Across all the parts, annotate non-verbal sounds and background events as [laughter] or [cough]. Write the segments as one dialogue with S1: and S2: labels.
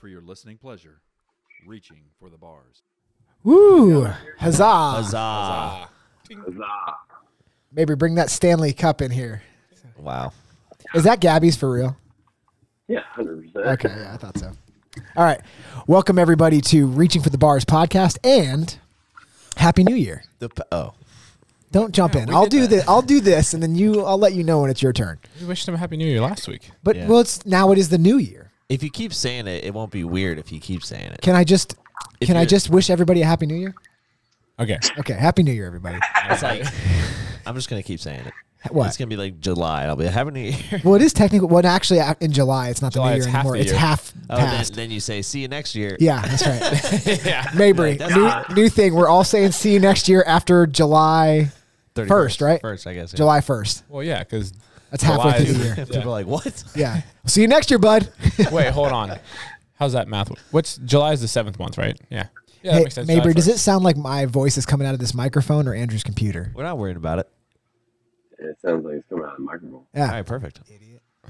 S1: for your listening pleasure, reaching for the bars.
S2: Woo! Huzzah.
S3: Huzzah.
S2: Maybe bring that Stanley Cup in here.
S3: Wow.
S2: Is that Gabby's for real?
S4: Yeah, hundred percent.
S2: Okay, yeah, I thought so. All right. Welcome everybody to Reaching for the Bars podcast and Happy New Year.
S3: The p- oh.
S2: Don't jump in.
S5: we
S2: I'll
S5: did
S2: do
S5: that.
S2: this. I'll do this, and then you. I'll let you know when it's your turn.
S5: We wished him a happy new year last week.
S2: But
S3: Yeah.
S2: well, it's now it is the new year.
S3: If you keep saying it, it won't be weird if you keep saying it.
S2: Can I just?
S3: If
S2: can I
S3: you're-
S2: just wish everybody a happy new year?
S5: Okay.
S2: Okay, happy new year, everybody.
S3: It's like
S2: [laughs]
S3: I'm just gonna keep saying it.
S2: What?
S3: It's gonna be like July. I'll be like, Happy
S2: [laughs]
S3: New Year.
S2: well, it is technically. Well, actually, a- in July, it's not
S5: July,
S2: the new
S5: it's
S2: year
S5: half
S2: anymore.
S5: the
S2: It's
S5: year.
S2: half
S3: Oh, then,
S2: past.
S3: then you say, "See you next year."
S2: yeah, that's right. [laughs]
S5: yeah.
S2: Maybe
S3: That's
S2: new,
S3: not-
S2: new thing. We're all saying see you next year after July
S3: 31st.
S2: first, right?
S3: First, I guess. yeah.
S2: July first.
S5: Well, yeah, because
S2: [laughs] That's halfway
S5: July
S2: through
S5: is-
S2: the year.
S3: [laughs]
S5: [laughs]
S3: People are like, "What?" [laughs]
S2: Yeah. See you next year, bud.
S5: wait, hold on. How's that math? work? What's July is the seventh month, right? Yeah. Yeah,
S2: hey, [laughs] Mabry,
S5: July
S2: does it
S5: first.
S2: sound like my voice is coming out of this microphone or Andrew's computer?
S3: We're not worried about it.
S4: It sounds like it's coming out of the microphone.
S2: Yeah.
S3: All right, perfect.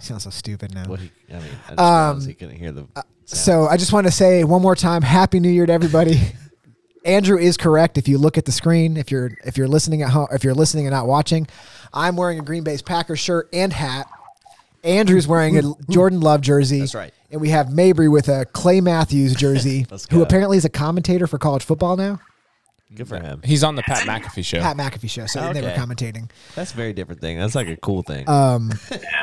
S2: Sounds so stupid now.
S3: Well, he, I mean, I just
S2: Um,
S3: realized he couldn't hear the. sound.
S2: So I just want to say one more time, Happy New Year to everybody. [laughs] Andrew is correct. If you look at the screen, if you're if you're listening at home, if you're listening and not watching, I'm wearing a Green Bay's Packers shirt and hat. Andrew's
S3: [laughs]
S2: wearing a Jordan Love jersey.
S3: That's right.
S2: And we have Mabry with a Clay Matthews jersey,
S3: [laughs] Let's
S2: who
S3: go.
S2: apparently is a commentator for college football now.
S3: good for him.
S5: He's on the Pat McAfee show.
S2: Pat McAfee show, so they were
S3: Okay.
S2: commentating.
S3: That's a very different thing. That's like a cool thing.
S2: Uh,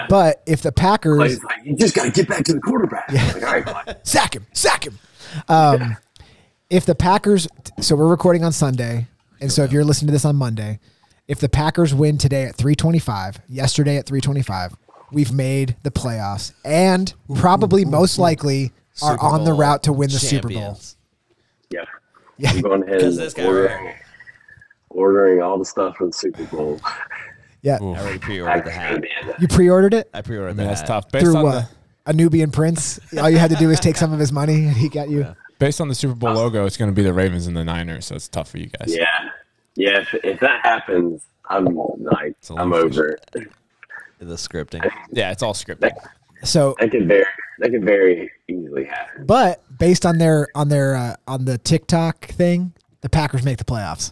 S2: But if the
S4: Like,
S2: Packers
S4: it's like, you just got to get back to the quarterback. Like, all right, bud.
S2: sack him, sack him. Um, If the Packers, so we're recording on Sunday, and so if you're listening to this on Monday, if the Packers win today at 3:25, yesterday at 3:25, we've made the playoffs, and probably most likely are
S3: Super
S2: on the
S3: Bowl
S2: route to win the Super Bowl.
S3: champions.
S4: Yeah.
S2: [laughs] Yeah.
S4: I'm going ahead
S3: 'Cause this
S4: and
S3: guy right
S4: ordering, ordering all the stuff for the Super Bowl.
S2: Yeah,
S3: I already pre-ordered the hat.
S2: you pre-ordered it
S3: I pre-ordered
S5: I
S3: the
S5: mean, that's
S3: hat.
S5: tough. Based
S2: through
S5: on
S2: what?
S5: the
S2: a Nubian prince. All you had to do was take some of his money, and he got you.
S5: based on the Super Bowl logo, it's going to be the Ravens and the Niners, so it's tough for you guys.
S4: Yeah. Yeah. If, if that happens, I'm like,
S3: a
S4: I'm
S3: long
S4: over. it.
S3: The scripting.
S5: Yeah, it's all scripted.
S2: So
S4: That could very, that could very easily happen.
S2: But based on their on their uh, on the TikTok thing, the Packers make the playoffs.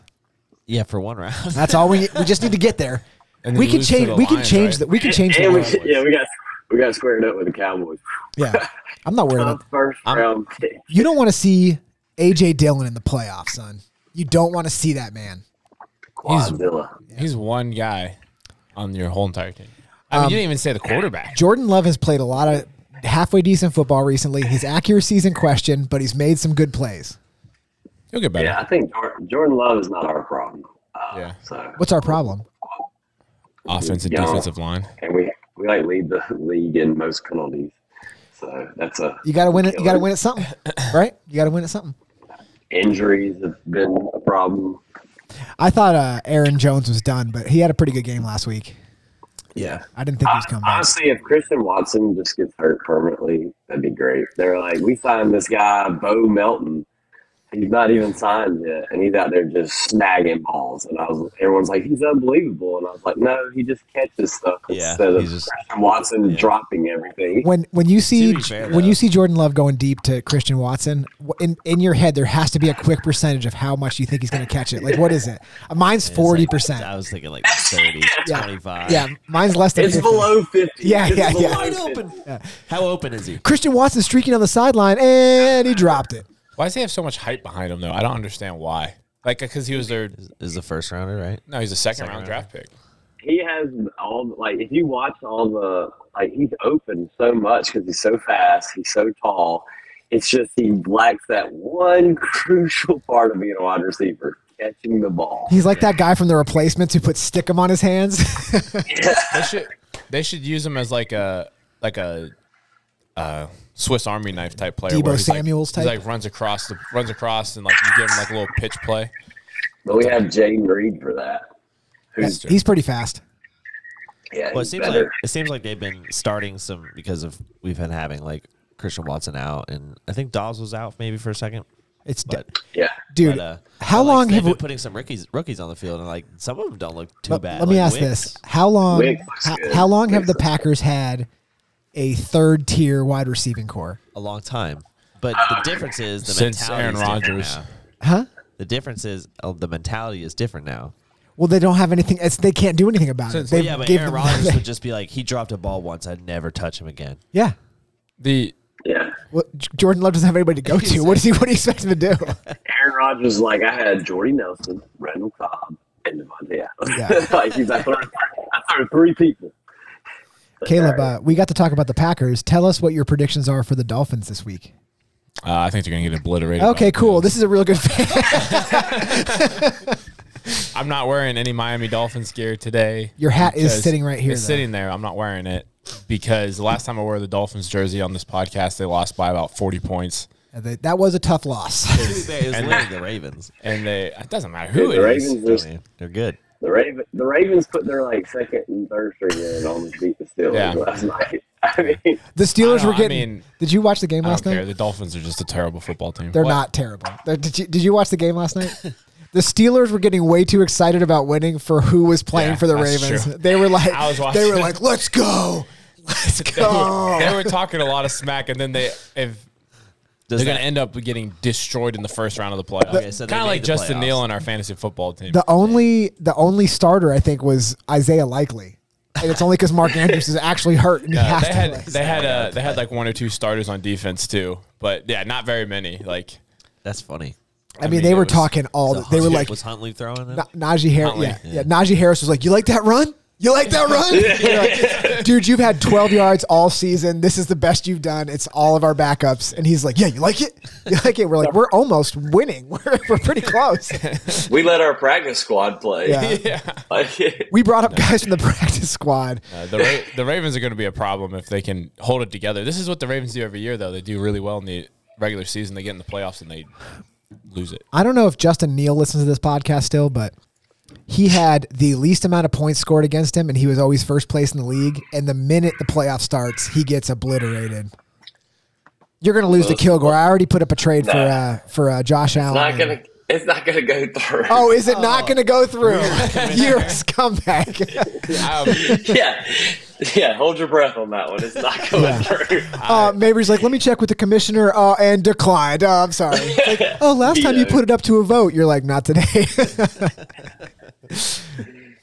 S3: Yeah, for one round.
S2: That's all we we just need to get there.
S5: [laughs] And then
S2: We
S5: you
S2: can
S5: lose to
S2: change.
S5: the
S2: We can
S5: Lions,
S2: change
S5: right?
S2: that. We can change
S4: And we,
S2: that.
S4: should- yeah, we got, we got squared up with the Cowboys.
S2: Yeah, I'm not worried
S4: Uh,
S2: about.
S4: First round pick.
S2: You don't want to see AJ Dillon in the playoffs, son. You don't want to see that man.
S4: Quadzilla.
S5: He's one guy on your whole entire team. I
S2: Um,
S5: mean, you didn't even say the quarterback.
S2: Jordan Love has played a lot of halfway decent football recently. His accuracy's in question, but he's made some good plays.
S5: He'll get better.
S4: Yeah, I think Jor- Jordan Love is not our problem. Uh,
S5: Yeah.
S4: So,
S2: What's our problem?
S5: Offense and
S4: Yeah.
S5: defensive line.
S4: and we we like lead the league in most penalties. So that's a
S2: You got to win it. You got to win at
S5: [laughs]
S2: something, right? You got to win at something.
S4: Injuries have been a problem.
S2: I thought uh, Aaron Jones was done, but he had a pretty good game last week.
S3: yeah.
S2: I didn't think he was coming back.
S4: Honestly, if Christian Watson just gets hurt permanently, that'd be great. They're like, we signed this guy Bo Melton. He's not even signed yet, and he's out there just snagging balls. And I was, everyone's like, he's unbelievable. And I was like, no, he just catches stuff
S3: Yeah,
S4: instead of
S3: he's just-
S4: Christian Watson dropping everything.
S2: when when you see
S3: To be fair,
S2: when
S3: though-
S2: you see Jordan Love going deep to Christian Watson w- in in your head there has to be a quick percentage of how much you think he's going to catch it. Like what is it? Uh, Mine's
S3: It's like-
S2: forty percent.
S3: I was thinking like [laughs] 30, 25.
S2: Yeah, mine's less than.
S4: It's
S2: 50.
S4: below fifty.
S2: Yeah,
S4: It's
S2: yeah, yeah.
S4: below
S3: Wide
S4: 50.
S3: open. How open is he?
S2: Christian Watson streaking on the sideline and he dropped it.
S5: Why does he have so much hype behind him, though? I don't understand why. Like, because he was their
S3: Is the first rounder right?
S5: no, he's a second, round
S3: round.
S5: draft pick.
S4: he has all the- like if you watch all the like he's open so much because he's so fast, he's so tall. It's just he lacks that one [laughs] crucial part of being a wide receiver, catching the ball.
S2: He's like that guy from the replacements who put stickum on his hands. [laughs]
S5: They should they should use him as like a like a uh, Swiss Army knife type player.
S2: Debo
S5: where he's like-
S2: Samuels
S5: he's
S2: type?
S5: like runs across the runs across and like you give him like a little pitch play.
S4: But we have Jaden Reed for that. Who's
S2: he's pretty fast.
S4: yeah,
S3: Well, it
S4: he's
S3: seems
S4: better.
S3: like it seems like they've been starting some because of we've been having like Christian Watson out, and I think Dawes was out maybe for a second.
S2: It's d-
S3: But,
S4: yeah.
S2: dude.
S3: but, uh,
S2: how
S3: but, like,
S2: long
S3: they've
S2: have
S3: been
S2: we-
S3: putting some rookies rookies on the field, and like some of them don't look too
S2: Let,
S3: bad.
S2: let me
S3: Like,
S2: ask
S3: Wicks.
S2: this: How long?
S4: Wicks looks
S2: How,
S4: good.
S2: how long have
S4: Wicks
S2: the
S4: looks good.
S2: Packers had a third tier wide receiving core?
S3: a long time. But
S2: [coughs]
S3: the difference is the
S5: Since
S3: mentality
S5: Aaron
S3: is different
S5: Rodgers.
S3: now.
S2: Huh?
S3: The difference is oh, the mentality is different now.
S2: Well, they don't have anything. It's, they can't do anything about it.
S5: Since-
S2: They
S3: yeah, but
S2: gave
S3: Aaron
S2: them-
S3: Rodgers would just be like, he dropped a ball once, I'd never touch him again.
S2: yeah.
S5: The
S6: Yeah.
S2: Well, J- Jordan Love doesn't have anybody to
S5: [laughs]
S2: go to. What does he? What do you expect him to do?
S6: Aaron Rodgers, is like I had Jordy Nelson, Randall Cobb, and Devontae Adams.
S2: Yeah.
S4: [laughs]
S6: like he's like, I throw- I throw three people.
S2: Caleb, uh, we got to talk about the Packers. Tell us what your predictions are for the Dolphins this week.
S5: uh, I think they're gonna get obliterated. by
S2: Okay,
S5: the
S2: cool.
S5: Bills.
S2: This is a real good. [laughs] Fan.
S5: I'm not wearing any Miami Dolphins gear today.
S2: Your hat is
S5: because-
S2: sitting right here,
S5: It's
S2: though.
S5: sitting there. I'm not wearing it because the last time I wore the Dolphins jersey on this podcast, they lost by about 40 points.
S2: that that was a tough loss.
S3: It was literally the Ravens.
S5: And they, it doesn't matter who
S6: the
S5: it is.
S6: Ravens
S3: I
S6: just
S3: mean, they're good.
S6: the Raven the Ravens put their like second and third string in and almost beat the Steelers
S5: Yeah.
S6: last night. I mean,
S2: [laughs] The Steelers
S5: I
S2: were
S5: know, I
S2: getting.
S5: mean,
S2: did you watch the game
S5: I don't
S2: last
S5: care.
S2: night?
S5: The Dolphins are just a terrible football team.
S2: They're
S5: What?
S2: not terrible. They're- did you Did you watch the game last
S5: [laughs]
S2: night? The Steelers were getting way too excited about winning for who was playing
S5: Yeah,
S2: for the
S5: that's
S2: Ravens.
S5: true.
S2: They were like,
S5: I was watching
S2: they were
S5: it.
S2: like, let's
S5: [laughs]
S2: go, let's
S5: They were, they
S2: go.
S5: were talking a lot of smack, and then they if
S3: Does
S5: they're going
S3: that-
S5: to end up getting destroyed in the first round of the playoffs.
S3: Okay, so they
S5: kind of
S3: made
S5: like
S3: the
S5: Justin
S3: playoffs.
S5: Neal and our fantasy football team.
S2: The only the only starter I think was Isaiah Likely, and it's only because
S5: [laughs]
S2: Mark Andrews is actually hurt and he
S5: Uh,
S2: has
S5: they
S2: to
S5: had
S2: play.
S5: they had uh, they had like one or two starters on defense too, but yeah, not very many. Like
S3: That's funny.
S2: I, mean, they
S5: it
S2: were
S5: was-
S2: talking all.
S3: So
S2: they were
S3: Huntley-
S2: like,
S3: was Huntley throwing them?
S2: Na- Najee Harris.
S5: Huntley.
S2: Yeah, yeah, Najee Harris was like, "You like that run? You like that
S5: [laughs]
S2: run, You're like, dude? You've had 12 yards all season. This is the best you've done. It's all of our backups." And he's like, "Yeah, you like it? You like it?" We're like, "We're almost winning. [laughs] We're, we're pretty
S5: [laughs]
S2: close."
S6: we let our practice squad play.
S2: Yeah.
S6: Like, [laughs]
S2: We brought up guys from the practice squad.
S5: uh, the Ra- the Ravens are going to be a problem if they can hold it together. This is what the Ravens do every year, though. They do really well in the regular season. They get in the playoffs and they lose it.
S2: I don't know if Justin Neal listens to this podcast still, but he had the least amount of points scored against him, and he was always first place in the league. And the minute the playoff starts, he gets obliterated. You're going to lose to Kilgore. I already put up a trade for uh, for uh, Josh Allen.
S6: not gonna. It's not gonna go through.
S2: Oh, is it not going to go through? [laughs] You're a scumbag.
S6: yeah, [laughs] yeah. Hold your breath on that one. It's not going through.
S2: Uh, Mabry's like, let me check with the commissioner uh, and declined. Oh, I'm sorry. It's
S6: [laughs]
S2: like, oh, last time you
S6: Veto.
S2: put it up to a vote, you're like, not today. [laughs]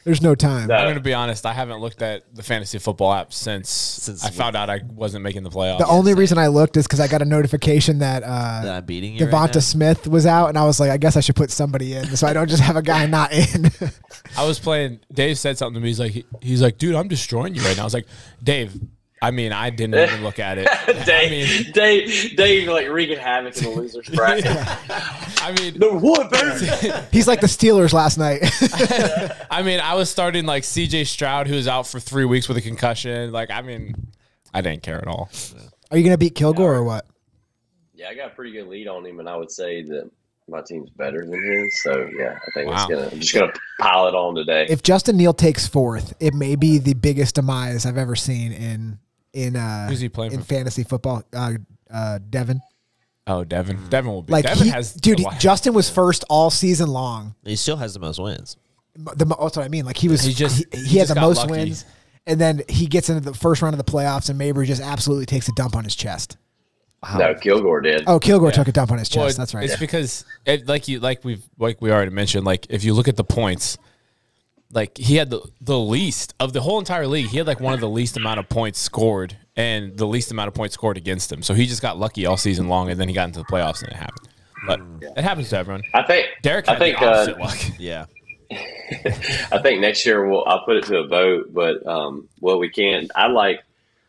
S2: There's no time.
S5: I'm going to be honest. I haven't looked at the fantasy football app since, I found out I wasn't making the playoffs.
S2: The only reason I looked is because I got a notification that
S3: that
S2: uh,
S3: I'm beating you. right
S2: Devonta
S3: now?
S2: Smith was out, and I was like, I guess I should put somebody in, so I don't just have a guy not in. [laughs]
S5: I was playing. Dave said something to me. He's like, he- he's like, dude, I'm destroying you right now. I was like, Dave. I mean, I didn't even look at it. I
S6: Dave,
S5: mean,
S6: Dave, Dave, like wreaking havoc in
S2: [laughs]
S6: the losers bracket.
S5: I mean,
S6: The what, baby?
S2: He's like the Steelers last night. [laughs]
S5: I mean, I was starting like C.J. Stroud, who was out for three weeks with a concussion. Like, I mean, I didn't care at all.
S2: Are you gonna beat Kilgore or what?
S6: Yeah, I got a pretty good lead on him, and I would say that my team's better than his. So yeah, I think
S5: Wow.
S6: it's gonna. I'm just gonna pile it on today.
S2: If Justin Neal takes fourth, it may be the biggest demise I've ever seen in in uh,
S5: Who's he playing
S2: in
S5: for?
S2: fantasy football. Uh, uh, Devin,
S5: Oh, Devin. Devin will be.
S2: Mm. like
S5: Devin
S2: he,
S5: has
S2: dude,
S5: a
S2: he-
S5: lot-
S2: Justin was first all season long.
S3: He still has the most wins.
S2: the mo- that's what I mean. Like he was,
S5: He
S2: he
S5: just-
S2: just he,
S5: he
S2: had
S5: just
S2: the
S5: got
S2: most
S5: lucky.
S2: wins, and then he gets into the first round of the playoffs, and Mabry just absolutely takes a dump on his chest.
S6: no, Kilgore did.
S2: Oh, Kilgore took a dump on his chest.
S5: Well,
S2: that's right.
S5: It's because it, like you like we've like we already mentioned. Like if you look at the points, like he had the the least of the whole entire league. He had like one of the least amount of points scored and the least amount of points scored against him. So he just got lucky all season long, and then he got into the playoffs and it happened. But it happens to everyone.
S6: I think
S5: Derek had
S6: Mm. I think
S5: the opposite
S6: uh,
S5: luck.
S3: Yeah.
S6: I think next year we'll I'll put it to a vote, but um, what we can I like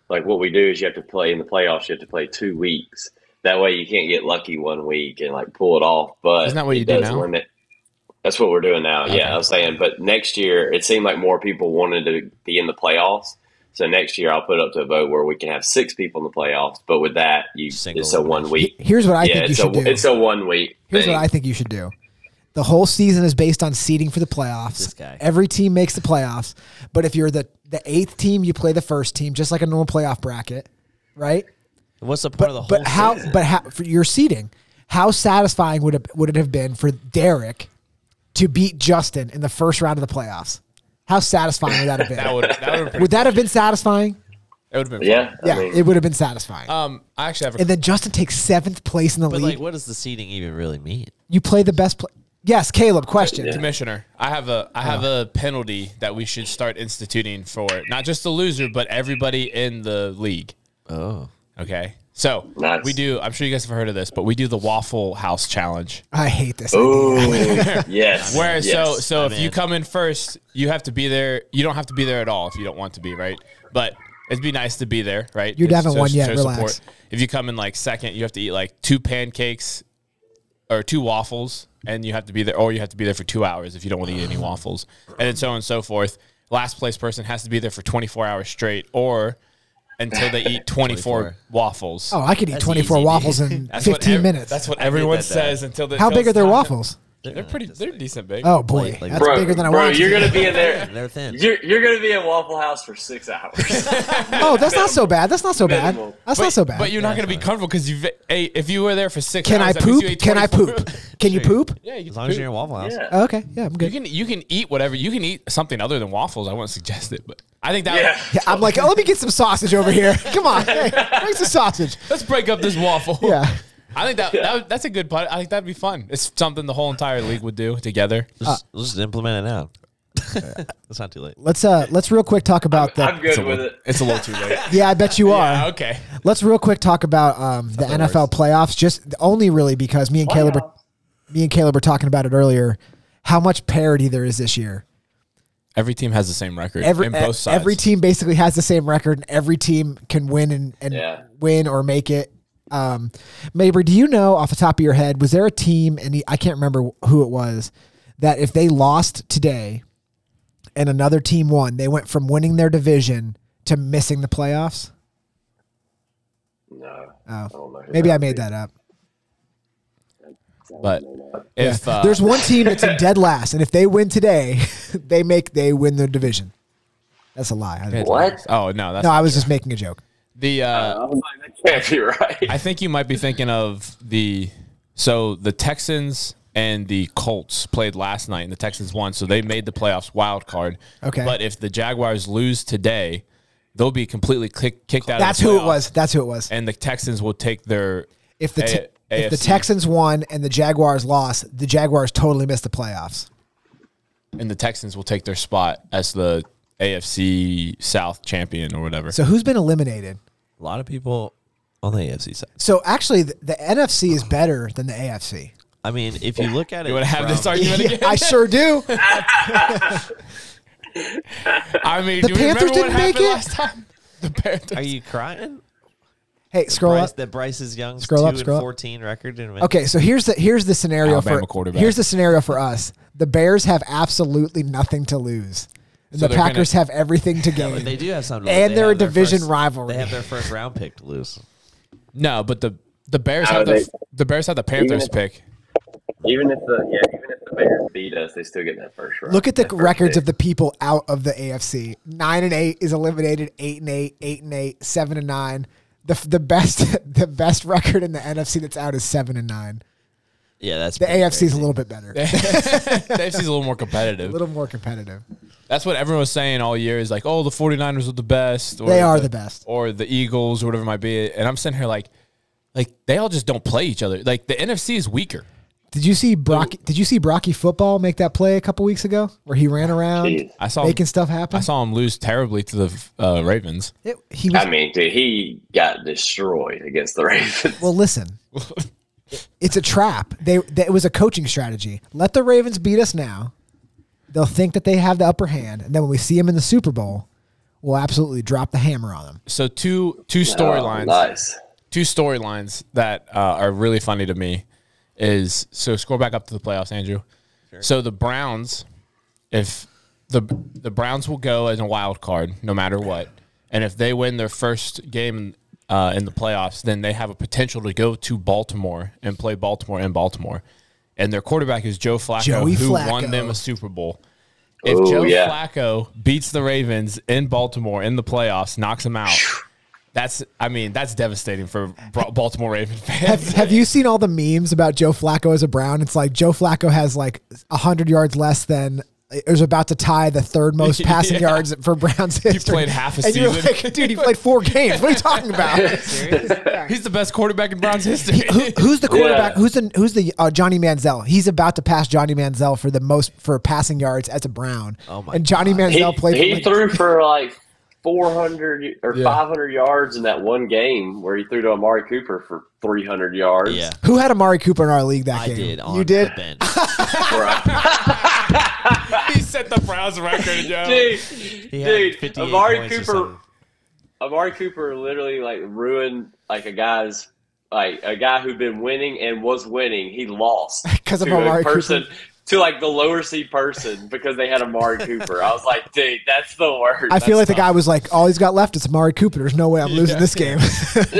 S6: like what we do is you have to play in the playoffs. You have to play two weeks. That way you can't get lucky one week and like pull it off. But
S5: Isn't that what
S6: it
S5: you do
S6: does
S5: now?
S6: Limit. That's what we're doing now. Yeah, I was saying. But next year it seemed like more people wanted to be in the playoffs. So next year I'll put it up to a vote where we can have six people in the playoffs. But with that, you
S3: Single
S6: it's a one
S2: He-
S6: week.
S2: Here's what I think
S6: yeah,
S2: you
S6: it's a
S2: should do.
S6: it's a one week.
S2: Here's
S6: thing.
S2: what I think you should do. The whole season is based on seeding for the playoffs.
S3: This guy.
S2: Every team makes the playoffs, but if you're the the eighth team, you play the first team, just like a normal playoff bracket, right?
S3: What's the point of the whole
S2: But how?
S3: season?
S2: But how for your seeding? How satisfying would it would it have been for Derek to beat Justin in the first round of the playoffs? How satisfying would that have been?
S5: That would that would
S2: would that have been satisfying?
S5: It would have been.
S6: Yeah,
S2: Yeah,
S6: I mean,
S2: it would have been satisfying.
S5: fun. Um, I actually have a
S2: and then Justin takes seventh place in the
S3: But
S2: league.
S3: like, what does the seeding even really mean?
S2: you play the best. Play- yes, Caleb. Question.
S5: commissioner. I have a I have a penalty that we should start instituting for not just the loser, but everybody in the league.
S3: Oh,
S5: Okay. So
S6: Nice.
S5: we do. I'm sure you guys have heard of this, but we do the Waffle House challenge.
S2: I hate this. idea.
S5: [laughs]
S6: Ooh, yes.
S5: Where so
S6: yes.
S5: so if
S3: I'm
S5: you
S3: in.
S5: come in first, you have to be there. You don't have to be there at all if you don't want to be, right? But it'd be nice to be there, right?
S2: You
S5: Just
S2: haven't
S5: show-
S2: won yet,
S5: show support.
S2: relax.
S5: If you come in like second, you have to eat like two pancakes or two waffles, and you have to be there, or you have to be there for two hours if you don't want to eat any waffles, and then so on and so forth. Last place person has to be there for 24 hours straight, or until they eat 24,
S3: 24.
S5: waffles.
S2: Oh, I could eat
S3: That's
S2: 24
S3: easy, dude.
S2: waffles in
S5: That's what
S2: 15
S5: ev-
S2: minutes.
S5: That's what
S3: did
S5: everyone
S3: that, though.
S5: says until they
S2: How
S5: until
S2: big are
S5: it's
S2: their
S5: not done.
S2: waffles?
S5: They're pretty. They're decent big.
S2: Oh boy,
S3: like-
S2: that's
S3: Bro,
S2: bigger than I
S6: bro,
S2: wanted.
S6: you're
S2: to be.
S6: gonna be
S3: [laughs]
S6: in there.
S3: they're thin.
S6: You're, you're gonna be at Waffle House for six hours.
S2: Oh, that's not so bad. That's not so bad.
S6: Minimal.
S2: That's not so bad.
S5: But you're not going to be comfortable because you've ate, if you were there for six.
S2: Can I
S5: hours, that means you
S2: poop?
S5: ate
S2: Can I
S5: 24
S2: poop? [laughs] Can you poop?
S5: yeah, you can
S3: As long as you're in
S5: poop.
S3: Waffle House,
S6: yeah.
S2: Oh, okay, yeah, I'm
S5: You
S2: good.
S5: can you can eat whatever you can eat something other than waffles. I wouldn't suggest it, but I think that
S6: Yeah.
S2: Yeah, I'm like, oh, let me get some sausage over here. [laughs] Come on, hey, bring some sausage.
S5: let's break up this waffle.
S2: Yeah.
S5: I think that, that that's a good part. I think that'd be fun. It's something the whole entire league would do together.
S3: just, just implement
S2: [laughs]
S3: it now. it's not too late.
S2: Let's uh, let's real quick talk about the.
S6: I'm good with it. [laughs]
S5: It's a little too late.
S2: Yeah, I bet you are.
S5: yeah, okay.
S2: Let's real quick talk about um, the NFL playoffs. Just only really because me and Caleb, are, me and Caleb were talking about it earlier. How much parity there is this year.
S5: Every team has the same record
S2: Every
S5: in both
S2: e-
S5: sides.
S2: every team basically has the same record, and every team can win and, and
S6: Yeah.
S2: win or make it. Um, Mabry, do you know off the top of your head was there a team? And I can't remember who it was that if they lost today and another team won, they went from winning their division to missing the playoffs.
S6: No,
S2: Oh,
S6: I don't know who
S2: maybe
S6: that
S2: I
S6: would
S2: made
S6: be.
S2: that up.
S5: but if
S2: Yeah.
S5: uh,
S2: There's one team that's
S6: [laughs]
S2: in dead last, and if they win today, [laughs] they make they win the division. That's a lie. I-
S6: What? Oh.
S5: Oh no, that's
S2: No, I was just making a joke.
S5: the uh,
S6: I was like, that can't be right.
S5: I think you might be thinking of the so the Texans and the Colts played last night, and the Texans won, so they made the playoffs wild card.
S2: Okay.
S5: but if the Jaguars lose today, they'll be completely kick, kicked out.
S2: That's
S5: of the
S2: who it
S5: playoffs,
S2: was. That's who it was.
S5: and the Texans will take their
S2: If the te-
S5: A-
S2: if the
S5: AFC.
S2: Texans won and the Jaguars lost, the Jaguars totally missed the playoffs.
S5: and the Texans will take their spot as the AFC South champion or whatever.
S2: So who's been eliminated?
S3: A lot of people on the AFC side.
S2: So actually, the, the NFC is better than the AFC.
S3: I mean, if you look at it,
S5: you want to have
S3: from-
S5: this argument
S2: Yeah,
S5: again?
S2: [laughs] I sure
S5: [laughs]
S2: do.
S5: I mean,
S2: The
S5: do
S2: Panthers
S5: we remember
S2: didn't
S5: what
S2: make
S5: happened
S2: it?
S5: last time? [laughs] The Panthers.
S3: Are you crying?
S2: Hey, scroll
S3: Bryce,
S2: up.
S3: that Bryce's Young's
S2: Scroll
S3: two
S2: up, scroll up.
S3: and fourteen record. Didn't make
S2: Okay, so here's the here's the scenario
S5: Alabama
S2: for
S5: quarterback.
S2: here's the scenario for us. The Bears have absolutely nothing to lose. And
S5: So
S2: the
S5: they're gonna-
S2: Packers have everything
S5: [laughs]
S2: to gain.
S3: But they do have something, to lose.
S2: And
S3: They
S2: they're a
S3: have their
S2: division
S3: first-
S2: rivalry.
S3: They have their first round pick to lose.
S5: no, but the the Bears
S6: Oh,
S5: have the
S6: they-
S5: the Bears have the Panthers
S6: if-
S5: pick.
S6: Even if the yeah, even if the Bears beat us, they still get that first round.
S2: Look at the records of the people out of the AFC. Nine and eight is eliminated. Eight and eight, eight and eight, seven and nine. The the best [laughs] the best record in the NFC that's out is seven and nine.
S3: Yeah, that's
S2: The AFC is a little bit
S5: [laughs]
S2: better, a
S5: The AFC's a little more competitive.
S2: little more competitive.
S5: That's what everyone was saying all year is like, oh, the 49ers are the best. Or
S2: They are the best.
S5: Or the Eagles or whatever it might be. And I'm sitting here like, like they all just don't play each other. Like the NFC is weaker.
S2: Did you see Brocky? Did you see Brocky football make that play a couple weeks ago where he ran around
S6: Jeez.
S5: I saw
S2: making stuff happen?
S5: Um, I saw him lose terribly to the uh, Ravens.
S2: It- he was
S6: I mean, dude, he got destroyed against the Ravens.
S2: Well, listen,
S5: [laughs]
S2: it's a trap. They, they it was a coaching strategy. Let the Ravens beat us now. They'll think that they have the upper hand, and then when we see them in the Super Bowl, we'll absolutely drop the hammer on them.
S5: So two two storylines.
S6: Oh, nice.
S5: two storylines that uh, are really funny to me is so scroll back up to the playoffs, Andrew. So the Browns, if the the Browns will go as a wild card no matter what, and if they win their first game uh, in the playoffs, then they have a potential to go to Baltimore and play Baltimore in Baltimore, and their quarterback is Joe Flacco,
S2: Joey
S5: who
S2: Flacco.
S5: won them a Super Bowl. If
S6: Ooh,
S5: Joe
S6: yeah.
S5: Flacco beats the Ravens in Baltimore in the playoffs, knocks them out. That's, I mean, that's devastating for [laughs] Bra- Baltimore Raven fans. [laughs]
S2: Have you seen all the memes about Joe Flacco as a Brown? It's like Joe Flacco has like hundred yards less than uh, is about to tie the third
S5: [laughs]
S2: most passing
S5: Yeah.
S2: yards for Browns history.
S5: played half a
S2: and you're
S5: season.
S2: like, dude, you played four games. What are you talking about?
S5: [laughs]
S2: Yeah.
S5: He's the best quarterback in Browns [laughs] history.
S2: Who, who's the quarterback?
S6: Yeah.
S2: Who's the who's the uh, Johnny Manziel? He's about to pass Johnny Manziel for the most for passing yards as a Brown.
S3: Oh my
S2: And Johnny
S6: He,
S2: Manziel played. for
S6: he
S2: like-
S6: threw for like 400 or
S5: Yeah.
S6: 500 yards in that one game where he threw to Amari Cooper for 300 yards.
S3: Yeah,
S2: Who had Amari Cooper in our league that
S3: I
S2: game?
S3: did. On
S2: you did.
S3: The
S2: [laughs]
S3: bench.
S6: Right.
S5: he set the Browns record, yo.
S6: Dude,
S3: He had
S6: dude
S3: 58
S6: Amari
S3: points or
S6: Cooper
S3: something.
S6: Amari Cooper literally like ruined like a guy's like a guy who'd been winning and was winning. He lost
S2: [laughs] 'Cause of
S6: to a
S2: Amari Cooper.
S6: person to like the lower seed person because they
S2: [laughs]
S6: had Amari Cooper. I was like, dude, that's the worst.
S2: I feel like the guy was like, all he's got left is Amari Cooper. There's no way I'm losing this
S3: [laughs]
S2: game. [laughs]
S6: [laughs]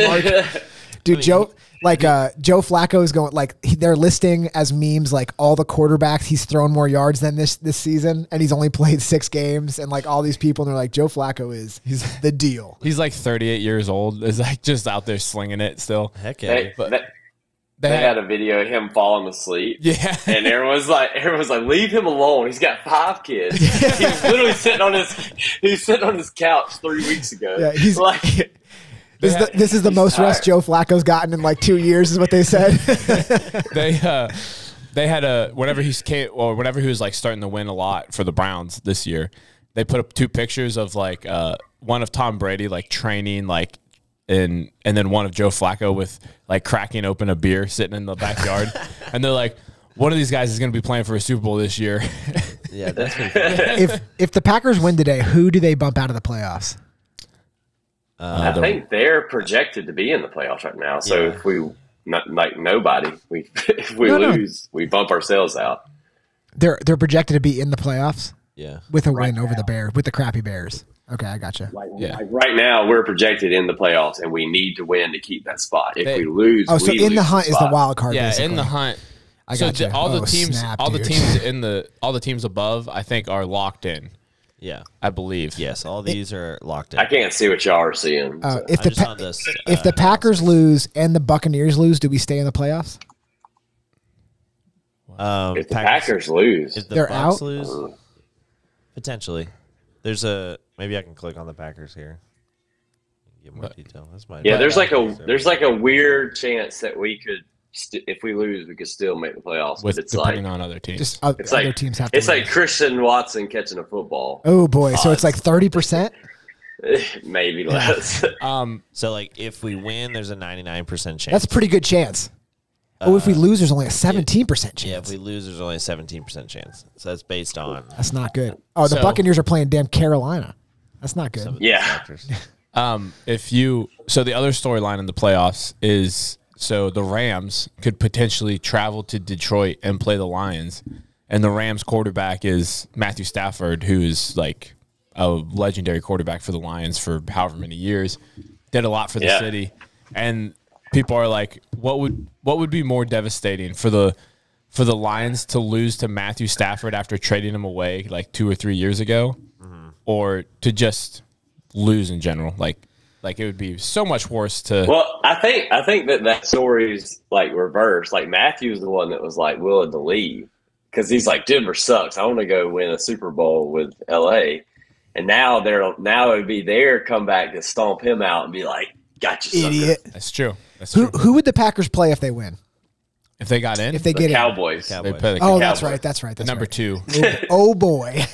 S2: Dude, Joe, like uh, Joe Flacco is going like he, they're listing as memes like all the quarterbacks he's thrown more yards than this this season, and he's only played six games, and like all these people, and they're like Joe Flacco is he's the deal.
S5: He's like 38 years old. Is like just out there slinging it still.
S3: Heck yeah.
S6: they,
S5: but-
S6: they-
S5: They
S6: they
S5: had-
S6: had a video of him falling asleep.
S5: yeah.
S6: And everyone's like, everyone's like, leave him alone. He's got
S2: [laughs]
S6: five kids. He was literally sitting on his, he was sitting on his couch three weeks ago.
S2: Yeah, he's-
S6: [laughs] like,
S2: This, is the, this is the most rest Joe Flacco's gotten in like two years, is what they said.
S5: [laughs] they uh, they had a whenever he's came or whenever he was like starting to win a lot for the Browns this year, they put up two pictures of like uh, one of Tom Brady like training like and and then one of Joe Flacco with like cracking open a beer sitting in
S2: [laughs]
S5: the backyard, and they're like. One of these guys is going to be playing for a Super Bowl this year.
S3: yeah, that's pretty
S6: [laughs]
S2: if if the Packers win today, who do they bump out of the playoffs?
S6: I think they're projected to be in the playoffs right now. So if we, not, like nobody, we, [laughs] if we
S2: No, no.
S6: lose, we bump ourselves out.
S2: They're they're projected to be in the playoffs
S3: yeah.
S2: with a win over the Bears, with the crappy Bears. Okay, I gotcha.
S6: Like,
S5: Yeah.
S6: like right now, we're projected in the playoffs, and we need to win to keep that spot. If
S5: They-
S6: we lose,
S2: Oh, so
S6: we
S2: in the
S6: lose
S2: hunt is the
S6: spot.
S2: wild card.
S5: yeah,
S2: basically.
S5: in the hunt.
S2: I
S5: so
S2: gotcha.
S5: the- all
S2: Oh,
S5: the teams,
S2: snap,
S5: all the
S2: dude.
S5: teams
S2: [laughs]
S5: in the all the teams above, I think, are locked in.
S3: Yeah.
S5: I believe.
S3: Yes, all these are locked in.
S6: I can't see what y'all are seeing.
S2: Uh,
S6: so.
S2: if
S3: I'm
S2: the
S3: just
S2: pa-
S3: on this,
S2: if
S3: uh,
S2: the Packers lose and the Buccaneers lose, do we stay in the playoffs?
S3: um,
S6: if the Packers, lose,
S3: if the
S2: They're
S3: Bucks
S2: out?
S3: lose, potentially. There's a maybe I can click on the Packers here. Get more detail. That's my
S6: yeah, there's like a there's like a weird chance that we could, st- if we lose, we could still make the playoffs.
S5: with
S6: but it's like
S5: depending on other teams.
S2: Just o-
S6: it's
S2: other
S6: like
S2: teams have to.
S6: it's like
S2: lose.
S6: Christian Watson catching a football,
S2: oh boy, so it's like thirty percent.
S6: maybe less. [laughs]
S5: um,
S3: so like if we win, there's a 99 percent chance.
S2: That's a pretty good chance. Oh,
S5: Uh,
S2: if we lose, there's only a seventeen percent
S3: yeah,
S2: chance.
S3: if we lose, there's only a 17 percent chance. So that's based on
S2: That's not good. Oh, the
S5: So-
S2: Buccaneers are playing damn Carolina. That's not good.
S6: yeah,
S3: factors.
S5: um, if you so the other storyline in the playoffs is so the Rams could potentially travel to Detroit and play the Lions, and the Rams quarterback is Matthew Stafford, who is like a legendary quarterback for the Lions for however many years, did a lot for the
S6: Yeah.
S5: city, and people are like, what would what would be more devastating for the for the Lions to lose to Matthew Stafford after trading him away like two or three years ago, or to just lose in general. Like, like it would be so much worse to.
S6: Well, I think I think that that story's like reversed. Like Matthew's the one that was like willing to leave because he's like Denver sucks. I want to go win a Super Bowl with L.A. And now they're now it would be their comeback to stomp him out and be like, "Got you, sucker."
S2: Idiot.
S5: that's true. That's
S2: Who
S5: true.
S2: who would the Packers play if they win?
S5: If they got in,
S2: If they
S6: The
S2: get in?
S6: Cowboys.
S5: they
S3: Cowboys.
S5: play the
S2: Oh, that's
S6: Cowboys.
S2: right. That's right. That's
S5: number
S2: right.
S5: two
S2: Oh boy.
S6: [laughs]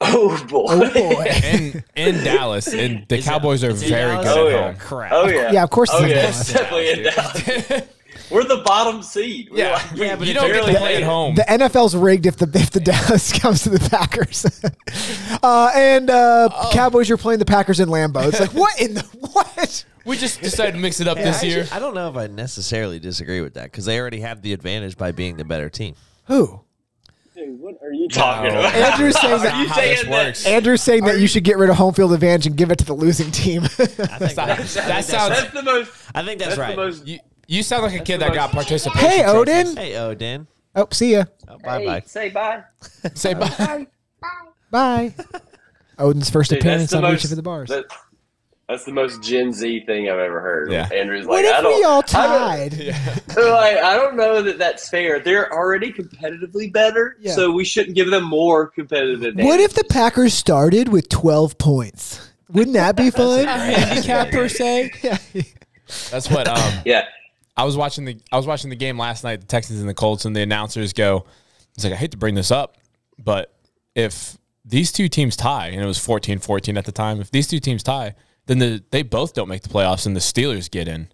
S6: Oh boy!
S2: Oh
S5: [laughs]
S2: boy.
S5: in in Dallas, and the Cowboys are very
S3: Dallas?
S5: good.
S6: Oh,
S5: at
S6: yeah.
S5: home.
S3: Crap.
S6: [laughs] Oh yeah!
S2: Yeah, of course it's
S6: Oh
S2: in
S6: yeah!
S2: Dallas.
S6: It's definitely in Dallas. We're the bottom seed. We're
S5: Yeah,
S6: like- we,
S5: yeah, but
S6: we
S5: you don't get
S6: barely
S5: to play
S6: made
S5: at
S6: it.
S5: home.
S2: The NFL's rigged if the if the Dallas [laughs] comes to the Packers, [laughs] uh, and uh, Cowboys you're playing the Packers in Lambeau. It's like what in the what?
S5: we just decided to mix it up
S3: Yeah,
S5: this
S3: actually,
S5: year.
S3: I don't know if I necessarily disagree with that because they already have the advantage by being the better
S5: [laughs]
S3: team.
S2: Who?
S6: Dude, what are you talking
S5: No.
S6: about?
S2: Andrew's saying
S6: Are
S2: that.
S6: you
S5: how this
S6: saying that?
S5: works.
S2: Andrew's saying that you should get rid of home field advantage and give it to the losing team. [laughs]
S3: I think
S5: That-
S3: that's,
S5: that sounds-
S6: That's the most.
S3: I think that's,
S6: That's
S3: right.
S6: the most.
S5: You, you sound like a kid that got participation.
S2: hey,
S5: trophies.
S2: Odin.
S3: hey, Odin.
S2: Oh, see ya.
S3: Oh, bye bye.
S6: say bye.
S5: Say bye.
S2: Bye. Odin's first [laughs]
S6: Dude,
S2: appearance
S6: that's the
S2: on
S6: most-
S2: Reaching for the Bars.
S6: that- That's the most Gen Z thing I've ever heard.
S5: Yeah.
S6: Andrew's
S2: What
S6: like, I
S2: if
S6: don't.
S2: we all
S6: I don't-
S2: tied?
S6: [laughs] like, I don't know that that's fair. They're already competitively better,
S2: Yeah.
S6: so we shouldn't give them more competitive advantage.
S2: What if the Packers started with 12 points? Wouldn't that
S6: [laughs]
S2: be fun?
S5: handicap per se.
S2: yeah.
S5: That's what um,
S6: Yeah,
S5: I was watching the I was watching the game last night, the Texans and the Colts, and the announcers go, "It's like I hate to bring this up, but if these two teams tie, and it was 14-14 at the time, if these two teams tie, then the, they both don't make the playoffs, and the Steelers get in."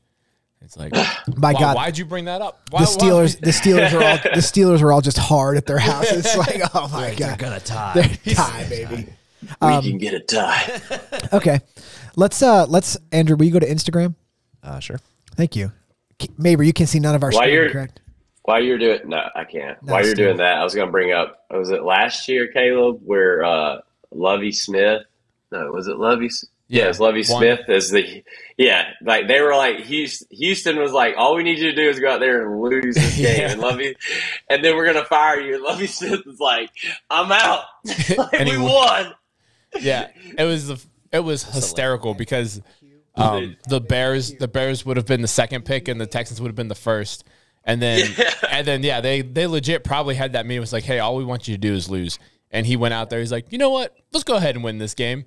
S2: [sighs]
S5: It's like,
S2: My
S5: why,
S2: God.
S5: why'd you bring that up? Why,
S2: the
S5: why-
S2: Steelers, the Steelers
S6: [laughs]
S2: are all the Steelers are all just hard at their houses. [laughs] like, oh my god, [laughs] they're
S3: gonna tie.
S6: [laughs]
S2: tied, baby. Um,
S6: we can get a tie.
S2: Okay, let's uh, let's Andrew, will you go to Instagram?
S3: Uh, sure.
S2: Thank you, K- Mabry. You can see none of our
S6: While
S2: screen,
S6: you're-
S2: correct?
S6: While you're doing no, I can't. While you're
S2: Steve.
S6: doing that, I was gonna bring up was it last year, Caleb, where uh Lovey Smith no, was it Lovey S- yeah,
S5: Yeah,
S6: it was Lovey
S5: one.
S6: Smith is the yeah, like they were like Houston, Houston was like, all we need you to do is go out there and
S5: [laughs]
S6: lose this game,
S5: Yeah.
S6: and Lovey, and then we're gonna fire you. And Lovey [laughs] Smith is like, I'm out. [laughs] like,
S5: And
S6: we
S5: he-
S6: won.
S5: yeah, it was the, it was hysterical because um, the Bears the Bears would have been the second pick and the Texans would have been the first. And then
S6: Yeah.
S5: and then yeah, they they legit probably had that meeting It was like, "Hey, all we want you to do is lose." And he went out there. He's like, "You know what? Let's go ahead and win this game."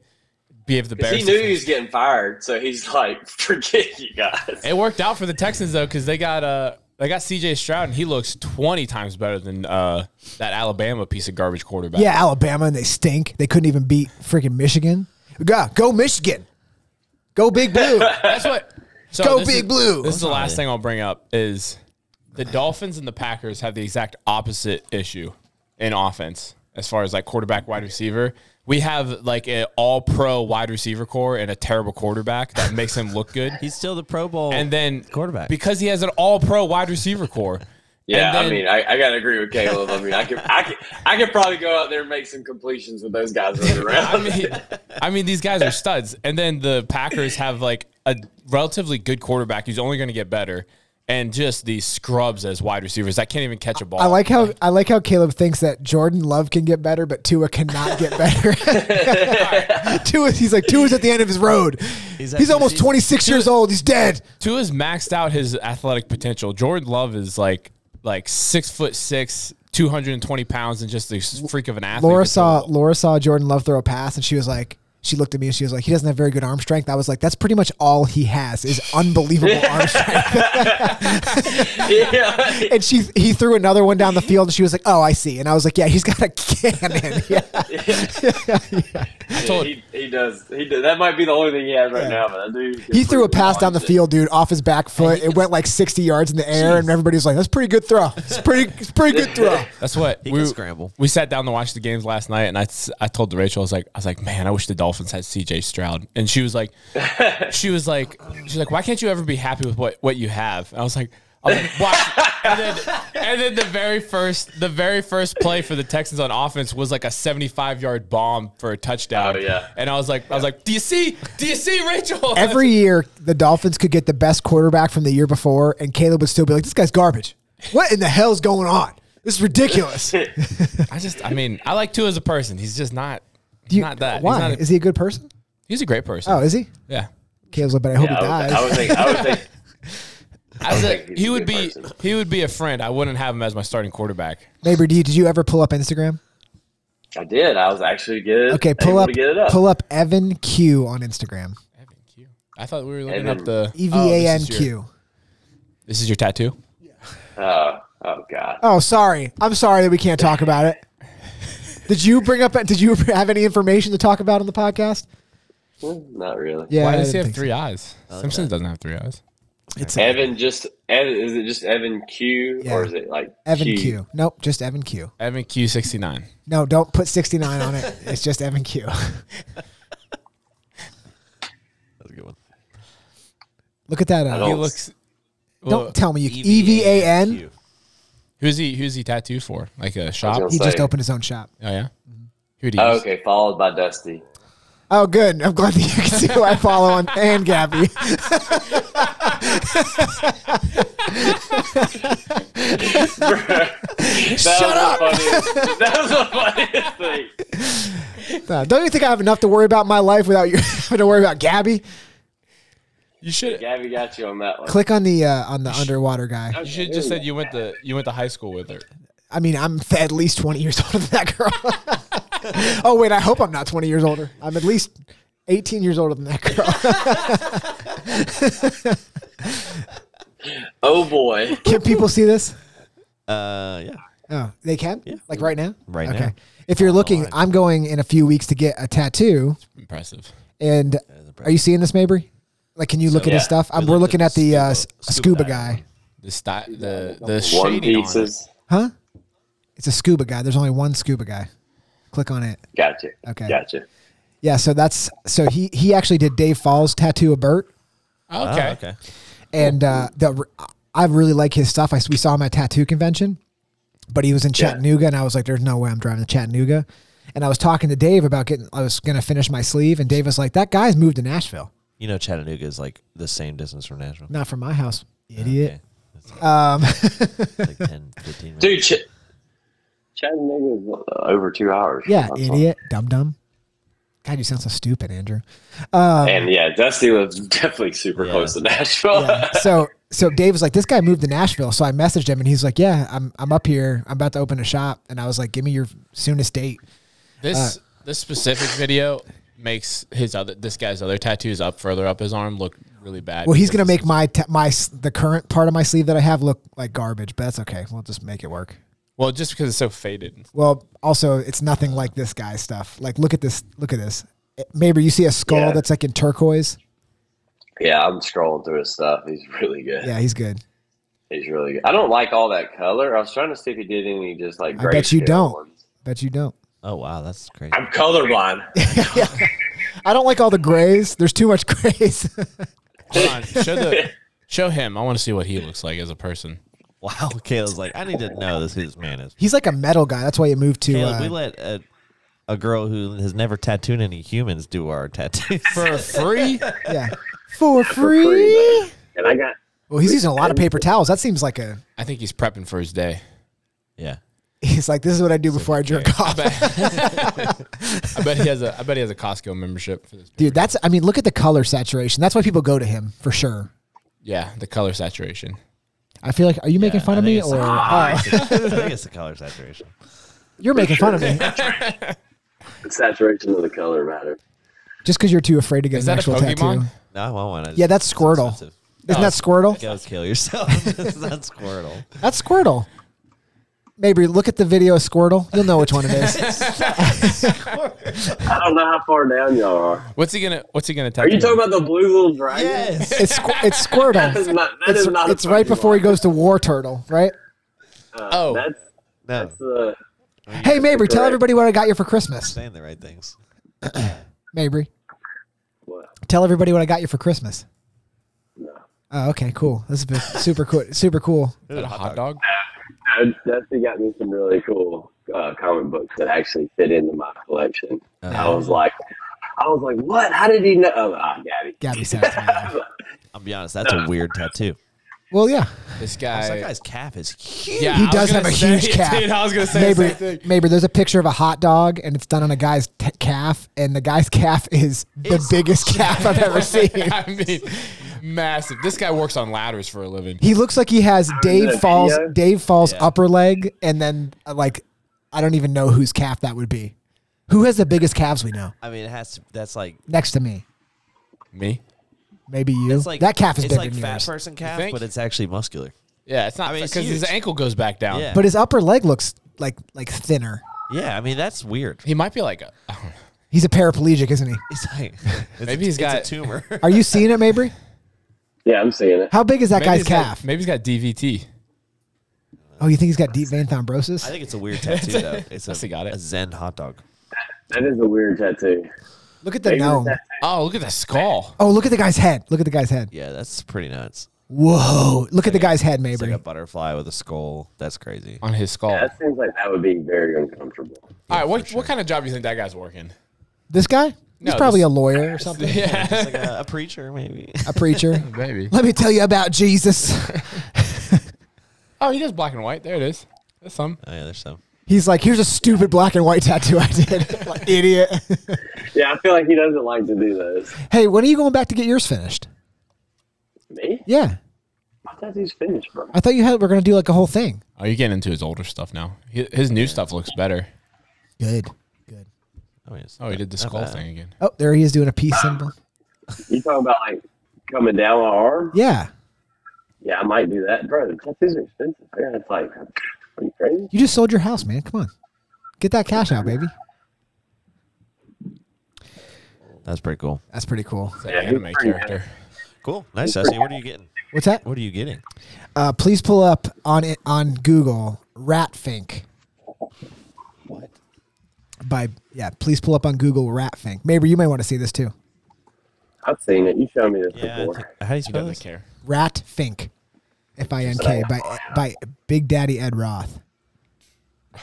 S5: Give the
S6: 'Cause
S5: Bears.
S6: he
S5: the
S6: knew
S5: first-
S6: he was getting fired, so he's like, [laughs] forget you guys.
S5: it worked out for the Texans though cuz they got uh they got CJ Stroud and he looks 20 times better than uh that Alabama piece of garbage quarterback.
S2: Yeah, Alabama, and they stink. They couldn't even beat freaking Michigan. Go, go Michigan, go Big Blue.
S5: That's what. So
S2: Go
S5: this
S2: Big
S5: is-
S2: Blue.
S5: This is the last thing I'll bring up is the Dolphins and the Packers have the exact opposite issue in offense as far as like quarterback wide receiver. We have like an all pro wide receiver core and a terrible quarterback that makes him look
S6: [laughs]
S5: good.
S3: He's still the Pro Bowl.
S5: And then
S3: Quarterback.
S5: because he has an all pro wide receiver core.
S6: Yeah,
S5: And
S6: I
S5: then-
S6: mean, I, I gotta agree with Caleb. I mean, I could, I could, I could probably go out there and make some completions with those guys
S5: [laughs] I
S6: running around.
S5: mean, I mean, these guys are studs. And then the Packers have like a relatively good quarterback who's only going to get better, and just these scrubs as wide receivers that can't even catch a ball.
S2: I like how I like how Caleb thinks that Jordan Love can get better, but Tua cannot get better. [laughs] Tua, he's like Tua's at the end of his road. He's,
S3: at the
S2: almost
S3: season.
S2: 26 years old. He's dead.
S5: Tua's maxed out his athletic potential. Jordan Love is like like six foot six, two hundred and twenty pounds, and just a freak of an athlete.
S2: Laura saw Laura saw Jordan Love throw a pass, and she was like, she looked at me and she was like, he doesn't have very good arm strength. I was like, that's pretty much all he has is
S3: [laughs]
S2: unbelievable arm strength.
S6: yeah,
S2: And she he threw another one down the field, and she was like, oh, I see. And I was like, yeah, he's got a cannon. [laughs] Yeah.
S5: I told
S6: he, he does. He does. That might be the only thing he has right now. But that dude, can
S2: He threw a
S6: freaking
S2: pass down the
S6: launch it.
S2: field, dude, off his back foot. It went like 60 yards in the air, and everybody was like, that's a pretty good throw. It's a pretty, it's a pretty good throw.
S5: [laughs] that's what
S3: He
S5: we
S3: can scramble.
S5: We sat down to watch the games last night, and I, s- I told Rachel I was like I was like man I wish the Dolphins had C.J. Stroud, and she
S6: [laughs]
S5: was like she was like she's like why can't you ever be happy with what what you have? And I was like. I'm like,
S6: [laughs]
S5: "Why?" and, then, and then the very first, the very first play for the Texans on offense was like a seventy-five yard bomb for a touchdown.
S6: Oh, yeah.
S5: And I was like, I was like, do you see? Do you see, Rachel? [laughs]
S2: Every year, the Dolphins could get the best quarterback from the year before, and Caleb would still be like, "This guy's garbage. What in the hell's going on? This is
S5: [laughs]
S2: ridiculous."
S5: I just, I mean, I like Tua as a person. He's just not, he's
S2: You-
S5: not that.
S2: Why
S5: He's, not a-
S2: is he a good person?
S5: he's a great person.
S2: Oh, is he?
S5: yeah.
S2: Caleb's like, but I hope
S6: Yeah,
S2: he
S6: I,
S2: dies.
S6: would, I
S2: [laughs]
S6: would think. I would think.
S5: I
S6: don't
S5: said
S6: think he's
S5: he
S6: a
S5: would
S6: good
S5: be,
S6: person.
S5: he would be a friend. I wouldn't have him as my starting quarterback.
S2: Neighbor, do you, did you ever pull up
S6: [laughs]
S2: Instagram?
S6: I did. I was actually good.
S2: Okay, pull up,
S6: To get it up.
S2: pull up Evan Q on Instagram.
S5: Evan Q. I thought we were looking
S6: Evan-
S5: up the
S2: E V
S5: Oh, this
S2: A N
S5: is your-
S2: Q.
S5: This is your tattoo.
S6: Oh, oh God.
S2: Oh, sorry. I'm sorry that we can't talk about it. Did you bring up? Did you have any information to talk about on the podcast?
S6: Not really.
S2: Yeah.
S5: Why
S2: I
S5: does he
S2: didn't
S5: have
S2: think so.
S5: three eyes?
S6: Oh,
S5: Simpson doesn't have three eyes.
S2: It's
S6: Evan just Evan, is it just Evan Q or
S2: Yeah.
S6: is it like
S2: Evan Q. Nope, just Evan Q.
S5: Evan Q sixty nine.
S2: No, don't put 69 on
S6: [laughs]
S2: it. It's just Evan Q.
S3: That's a good one.
S2: Look at that.
S6: I
S2: Uh,
S6: don't-
S5: He
S6: Oh.
S5: looks. well,
S2: don't tell me you E V A N.
S5: Who's he? Who's he tattooed for? Like a shop?
S6: gonna
S5: Oh
S2: He just
S6: Say.
S2: opened his own shop.
S5: yeah.
S2: Mm-hmm.
S5: Who do you?
S6: Oh, okay, followed by Dusty.
S2: Oh, good. I'm glad that you can see who I follow
S6: [laughs]
S2: on and Gabby. [laughs]
S6: That
S2: Shut up!
S6: was the funniest- that was
S2: [laughs]
S6: the funniest thing.
S2: [laughs] Uh, don't you think I have enough to worry about in my life without you having to worry about Gabby?
S5: You should.
S6: Gabby got you on that one.
S2: Click on the uh, on the underwater guy.
S5: You should have just said you went to you went to high school with her.
S2: I mean, I'm th- at least 20 years [laughs] older than that girl. [laughs] oh wait, I hope I'm not 20 years older. I'm at least 18 years older than that girl. [laughs]
S6: Oh boy.
S2: can people see this?
S3: Uh, yeah.
S2: Oh, they can.
S3: Yeah.
S2: Like right now.
S3: Right
S2: okay.
S3: now.
S2: If you're looking,
S3: Online.
S2: I'm going in a few weeks to get a tattoo.
S5: Impressive.
S2: And are you seeing this, Mabry? Like, can you look at his
S6: Yeah.
S2: stuff? I'm,
S3: We
S2: we're
S3: looked
S2: looking
S3: at
S2: at the uh, s-
S3: scuba-
S2: scuba,
S3: scuba
S2: guy.
S3: diver.
S5: The sti- the the
S6: One
S5: shading on it.
S6: pieces.
S2: Huh? It's a scuba guy. There's only one scuba guy. Click on it.
S6: Gotcha.
S2: Okay.
S6: Gotcha.
S2: Yeah, so that's so he he actually did Dave Falls tattoo of Bert,
S5: Oh, Okay.
S3: Oh, okay.
S2: and uh, the I really like his stuff. I we saw him at tattoo convention, but he was in Chattanooga, and I was like, "There's no way I'm driving to Chattanooga." And I was talking to Dave about getting. I was gonna finish my sleeve, and Dave was like, "That guy's moved to Nashville,
S3: You know, Chattanooga is like the same distance from Nashville.
S2: not from my house, idiot."
S3: Okay. It's like,
S2: Um,
S3: [laughs] it's like 10, 15 minutes.
S6: Dude, Ch- Chattanooga is uh, over two hours.
S2: yeah,
S6: That's all.
S2: idiot, dum dum. God, you sound so stupid, Andrew.
S6: And yeah, Dusty was definitely super
S3: Yeah.
S6: close to Nashville.
S2: so so Dave was like, this guy moved to Nashville. So I messaged him and he's like, yeah, I'm I'm up here. I'm about to open a shop. And I was like, give me your soonest date.
S5: This this specific video makes his other this guy's other tattoos up further up his arm look really bad.
S2: Well, he's
S5: because
S2: gonna make my ta- my s- the current part of my sleeve that I have look like garbage, but that's okay. We'll just make it work.
S5: Well, just because it's so faded.
S2: Well, also it's nothing like this guy's stuff. Like look at this, look at this. Eh, Maybe you see a skull
S6: Yeah.
S2: that's like in turquoise.
S6: [laughs] yeah, I'm scrolling through his stuff. He's really good.
S2: Yeah, he's good.
S6: He's really good. I don't like all that color. I was trying to see if he did any just like.
S2: I bet you
S6: grayscale
S2: don't.
S6: ones.
S2: Bet you don't. [laughs]
S3: Oh wow, that's crazy.
S6: I'm colorblind.
S2: I don't like all the grays. There's too much [laughs] grays.
S5: Hold on, show
S6: [laughs]
S5: the show him. I want to see what he looks like as a person.
S3: Wow, [laughs] Caleb's like, I need to know this who this man is.
S2: he's like a metal guy. That's why you moved to.
S3: Caleb,
S2: uh,
S3: we [laughs] let a, a girl who has never tattooed any humans do our tattoos. [laughs]
S5: For free?
S2: yeah, for
S6: Free,
S2: free.
S6: man. and I got
S2: Well, he's using a lot of paper towels. That seems like a.
S5: I think he's prepping for his day.
S3: yeah.
S2: He's like, this is what I do before I jerk off,
S5: I bet he has a I bet he has a Costco membership for this.
S2: dude. That's. I mean, look at the color saturation. That's why people go to him for sure.
S5: Yeah, the color saturation.
S2: I feel like, are you making fun
S3: I
S2: of me
S3: think it's-
S2: or
S3: I
S5: [laughs]
S2: oh,
S3: think it's- I think it's the color saturation.
S2: you're making fun of
S5: [laughs]
S2: me
S6: the saturation of the color matter.
S2: just because you're too afraid to get
S5: Is
S2: an
S5: that a
S2: actual
S5: Pokemon?
S2: tattoo?
S3: No, I want one. I just-
S2: Yeah, that's
S3: it's
S2: Squirtle.
S3: expensive. Oh.
S2: Isn't that Squirtle?
S3: Go kill yourself. [laughs] It's not
S5: [laughs]
S3: Squirtle.
S2: That's Squirtle. Maybe look at the video of Squirtle. You'll know which one it
S5: [laughs]
S2: is.
S6: I don't know how far down y'all are.
S5: What's he gonna What's he gonna
S6: Are
S5: tattoo?
S6: you talking about the blue little dragon?
S3: Yes.
S2: It's Squ- it's
S6: That is
S2: Squirtle.
S6: not. That
S2: It's,
S6: is not a
S2: it's right
S6: Pokemon.
S2: before he goes to War Turtle, right?
S6: Uh,
S5: Oh.
S6: that's
S3: No,
S6: that's the.
S2: Hey, Mabry, tell
S6: Correct.
S2: everybody what I got you for Christmas.
S3: saying the right things.
S2: Mabry,
S6: What?
S2: tell everybody what I got you for Christmas.
S6: No.
S2: Oh, okay, cool. This has been super cool. Super cool.
S5: Is that a hot dog?
S6: I- Dusty got me some really cool uh, comic books that actually fit into my collection. I was like, I was like, what? How did he know? Oh, ah, Gabby.
S2: Gabby
S6: [laughs]
S2: sounds mad.
S3: I'll be honest, that's a weird tattoo.
S2: Well, yeah.
S5: This
S3: Also, that
S5: guy. [laughs]
S3: guy's calf is huge.
S5: yeah,
S2: he
S5: I was
S2: does
S5: gonna
S2: have a
S5: say-
S2: huge calf.
S5: [laughs] Dude, I was gonna say the same
S2: Maybe,
S5: thing.
S2: maybe there's a picture of a hot dog and it's done on a guy's t- calf, and the guy's [laughs] calf is the
S3: It's-
S5: [laughs]
S2: biggest calf I've ever seen.
S5: I mean, massive. This guy works on ladders for a living.
S2: He looks like he has Dave
S6: that
S2: Falls,
S6: video?
S2: Dave Falls
S3: Yeah.
S2: upper leg, and then uh, like I don't even know whose calf that would be. Who has the biggest calves we know?
S3: I mean, it has to, that's like
S2: Next to me,
S5: Me?
S2: maybe you.
S3: it's like
S2: that calf is
S3: it's
S2: bigger
S3: like
S2: than
S3: fat
S2: yours.
S3: person calf,
S5: think?
S3: but it's actually muscular.
S5: Yeah, it's not
S3: I mean, it's
S5: because his
S3: huge.
S5: ankle goes back down.
S3: Yeah,
S2: But his upper leg looks like like thinner.
S3: yeah. I mean, that's weird. [laughs]
S5: He might be like, a, I don't know.
S2: He's a paraplegic, isn't he?
S3: He's like,
S5: Maybe
S3: he's
S5: he's got-
S3: a
S5: [laughs]
S3: tumor.
S2: Are you seeing it, Mabry?
S6: Yeah, I'm seeing it.
S2: How big is that
S5: Maybe
S2: guy's
S5: he's got-
S2: calf?
S5: maybe he's got DVT.
S2: Oh, you think he's got deep vein thrombosis?
S3: I think it's a [laughs] weird tattoo though. It's
S5: Must've
S3: a,
S5: got it.
S3: a Zen hot dog.
S6: That is a weird tattoo.
S2: look at the
S6: Maybe the
S2: gnome.
S6: tattoo-
S5: Oh, look at the skull.
S2: Oh, look at the guy's head. Look at the guy's head.
S3: Yeah, that's pretty nuts.
S2: Whoa. Look at the guy's head,
S3: It's like
S2: Mabry.
S3: a butterfly with a skull. That's crazy.
S5: On his skull.
S6: That seems like that would be very uncomfortable.
S5: All right, what, what kind of job do you think that guy's working?
S2: This guy? He's
S5: No,
S2: probably
S5: this-
S2: a lawyer or something,
S5: [laughs] Yeah,
S3: It's like a, a preacher, [laughs] maybe.
S2: a preacher.
S5: maybe.
S2: Let me tell you about Jesus.
S5: Oh, he does black and white. There it is. That's some.
S3: Oh yeah, there's some.
S2: He's like, here's a stupid black and white tattoo I did. like, idiot. [laughs]
S6: Yeah, I feel like he doesn't like to do those.
S2: hey, when are you going back to get yours finished?
S6: Me?
S2: Yeah.
S6: I thought he's finished, bro.
S2: I thought you had we're gonna do like a whole thing.
S5: Oh, you're getting into his older stuff now. Hi- His new stuff looks better.
S2: Good. Good.
S3: I mean, it's
S5: Oh, he did the
S3: not
S5: skull
S3: bad.
S5: thing again.
S2: Oh, there he is doing a peace symbol.
S6: You talking about like coming down my arm?
S2: Yeah.
S6: Yeah, I might do that, bro. Tattoos are expensive. Man. It's like, are you crazy?
S2: You just sold your house, man. Come on. Get that cash out, baby.
S3: That's pretty cool.
S2: That's pretty cool.
S5: It's an
S6: Yeah, he's
S5: anime
S6: pretty good.
S5: character.
S3: Cool. Nice, Esty. What are you getting?
S2: What's that?
S3: What are you getting?
S2: Uh, please pull up on it on Google Ratfink.
S3: What?
S2: By yeah, please pull up on Google Ratfink. Maybe you may want to see this too.
S6: I've seen it. You showed me this
S3: Yeah. I
S6: before.
S3: think- how do you
S5: He
S3: spell
S5: doesn't
S3: this?
S5: care.
S2: Ratfink. F I N K by by Big Daddy Ed Roth.
S3: Am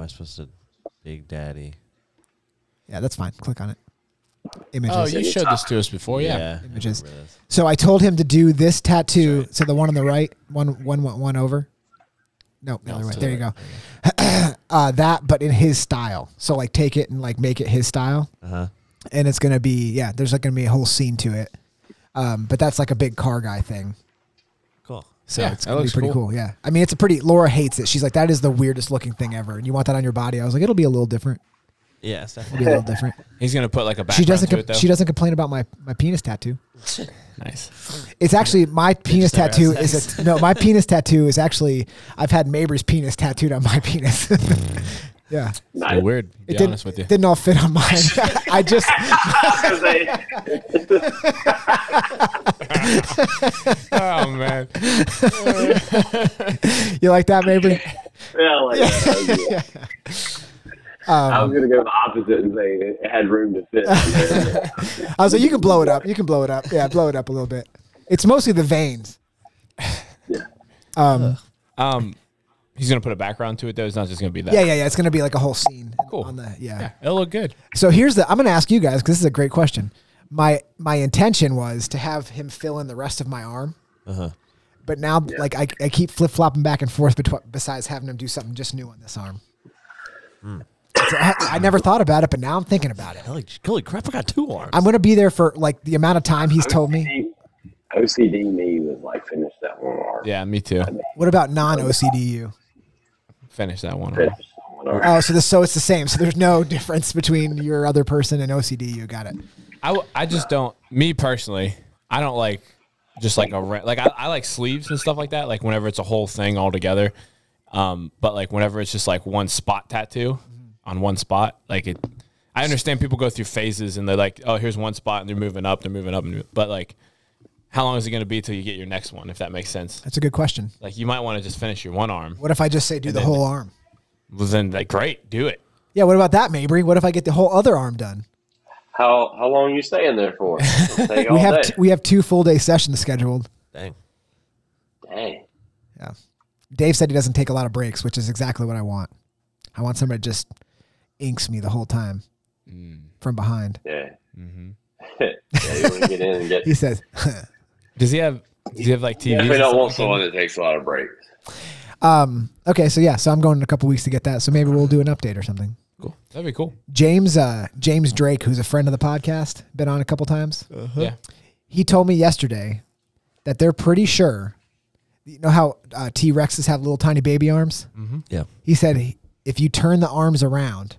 S3: I supposed to? Big Daddy.
S2: Yeah, that's fine. Click on it.
S5: Oh,
S2: Images.
S5: you showed this to us before, yeah.
S2: Images.
S3: I remember this.
S2: So I told him to do this tattoo. So the one on the right, one one went one over. No, the other way.
S5: to
S2: There
S5: the
S2: you go. [clears throat] uh, that, but in his style. So like, take it and like make it his style.
S3: Uh-huh.
S2: And it's gonna be yeah. There's like gonna be a whole scene to it. Um, but that's like a big car guy thing.
S3: Cool.
S2: So
S5: Yeah,
S2: it's
S5: that
S2: gonna be
S5: looks
S2: pretty cool.
S5: cool.
S2: Yeah. I mean, it's a pretty. Laura hates it. She's like, that is the weirdest looking thing ever. And you want that on your body? I was like, it'll be a little different.
S3: Yeah, it's
S2: It'll be
S3: definitely.
S2: a little different.
S5: He's gonna put like a
S2: she
S5: background
S2: doesn't.
S5: to
S2: com-
S5: it though.
S2: she doesn't complain about my my penis tattoo.
S5: [laughs] nice.
S2: It's actually my penis
S3: never had
S2: tattoo is a, no. My penis tattoo is actually I've had Mabry's penis tattooed on my penis. [laughs] yeah,
S5: So
S6: Nice.
S5: weird.
S2: it
S5: Hmm. Be
S2: didn't
S5: honest with you.
S2: didn't all fit on mine. [laughs] I just
S5: oh man.
S2: you like that Mabry?
S6: [laughs] yeah, like that. I was gonna go the opposite and say it had room to fit. [laughs]
S2: I was like, you can blow it up. You can blow it up. Yeah, blow it up a little bit. It's mostly the veins.
S6: yeah.
S2: Um,
S5: Um he's gonna put a background to it though. It's not just gonna be that.
S2: yeah, yeah, yeah. It's gonna be like a whole scene.
S5: Cool.
S2: On the yeah.
S5: It'll look good.
S2: So here's the I'm gonna ask you guys because this is a great question. My my intention was to have him fill in the rest of my arm. But now, like, I, I keep flip flopping back and forth between, besides having him do something just new on this arm. So I, I never thought about it, but now I'm thinking about it.
S3: Holy, holy crap! I got two arms.
S2: I'm going to be there for like the amount of time he's told me.
S6: OCD, OCD me was like finished that one arm.
S5: Yeah, me too.
S2: What about non OCD you?
S5: Finish that one. off.
S6: Finished that one arm.
S2: Oh, so this so it's the same. So there's no [laughs] difference between your other person and OCD you. Got it.
S5: I, w- I just don't me personally i don't like just like a re- like I, I like sleeves and stuff like that like whenever it's a whole thing all together um but like whenever it's just like one spot tattoo on one spot like it i understand people go through phases and they're like oh here's one spot and they're moving up they're moving up and mov- but like how long is it going to be till you get your next one if that makes sense
S2: That's a good question.
S5: like you might want to just finish your one arm
S2: What if I just say do the
S5: then-
S2: whole arm?
S5: well, then like great do it
S2: Yeah. What about that, Mabry? What if I get the whole other arm done?
S6: How how long are you staying there
S2: [laughs]
S6: for? Stay all
S2: We have
S6: day.
S2: t- we have two full day sessions scheduled.
S3: Dang.
S6: Dang.
S2: Yeah. Dave said he doesn't take a lot of breaks, which is exactly what I want. I want somebody that just inks me the whole time
S6: Mm.
S2: from behind.
S6: Yeah. [laughs] yeah, you want to get in
S2: [laughs]
S6: and get.
S2: He says,
S5: does he have does he have like tv
S6: Definitely don't want someone that takes a lot of breaks.
S2: um, okay, so yeah, so I'm going in a couple weeks to get that. So maybe we'll do an update or something.
S5: cool that'd be cool
S2: James, uh, James Drake, who's a friend of the podcast, been on a couple times.
S5: yeah
S2: He told me yesterday that they're pretty sure. You know how uh, T Rexes have little tiny baby arms?
S3: Yeah.
S2: he said he- if you turn the arms around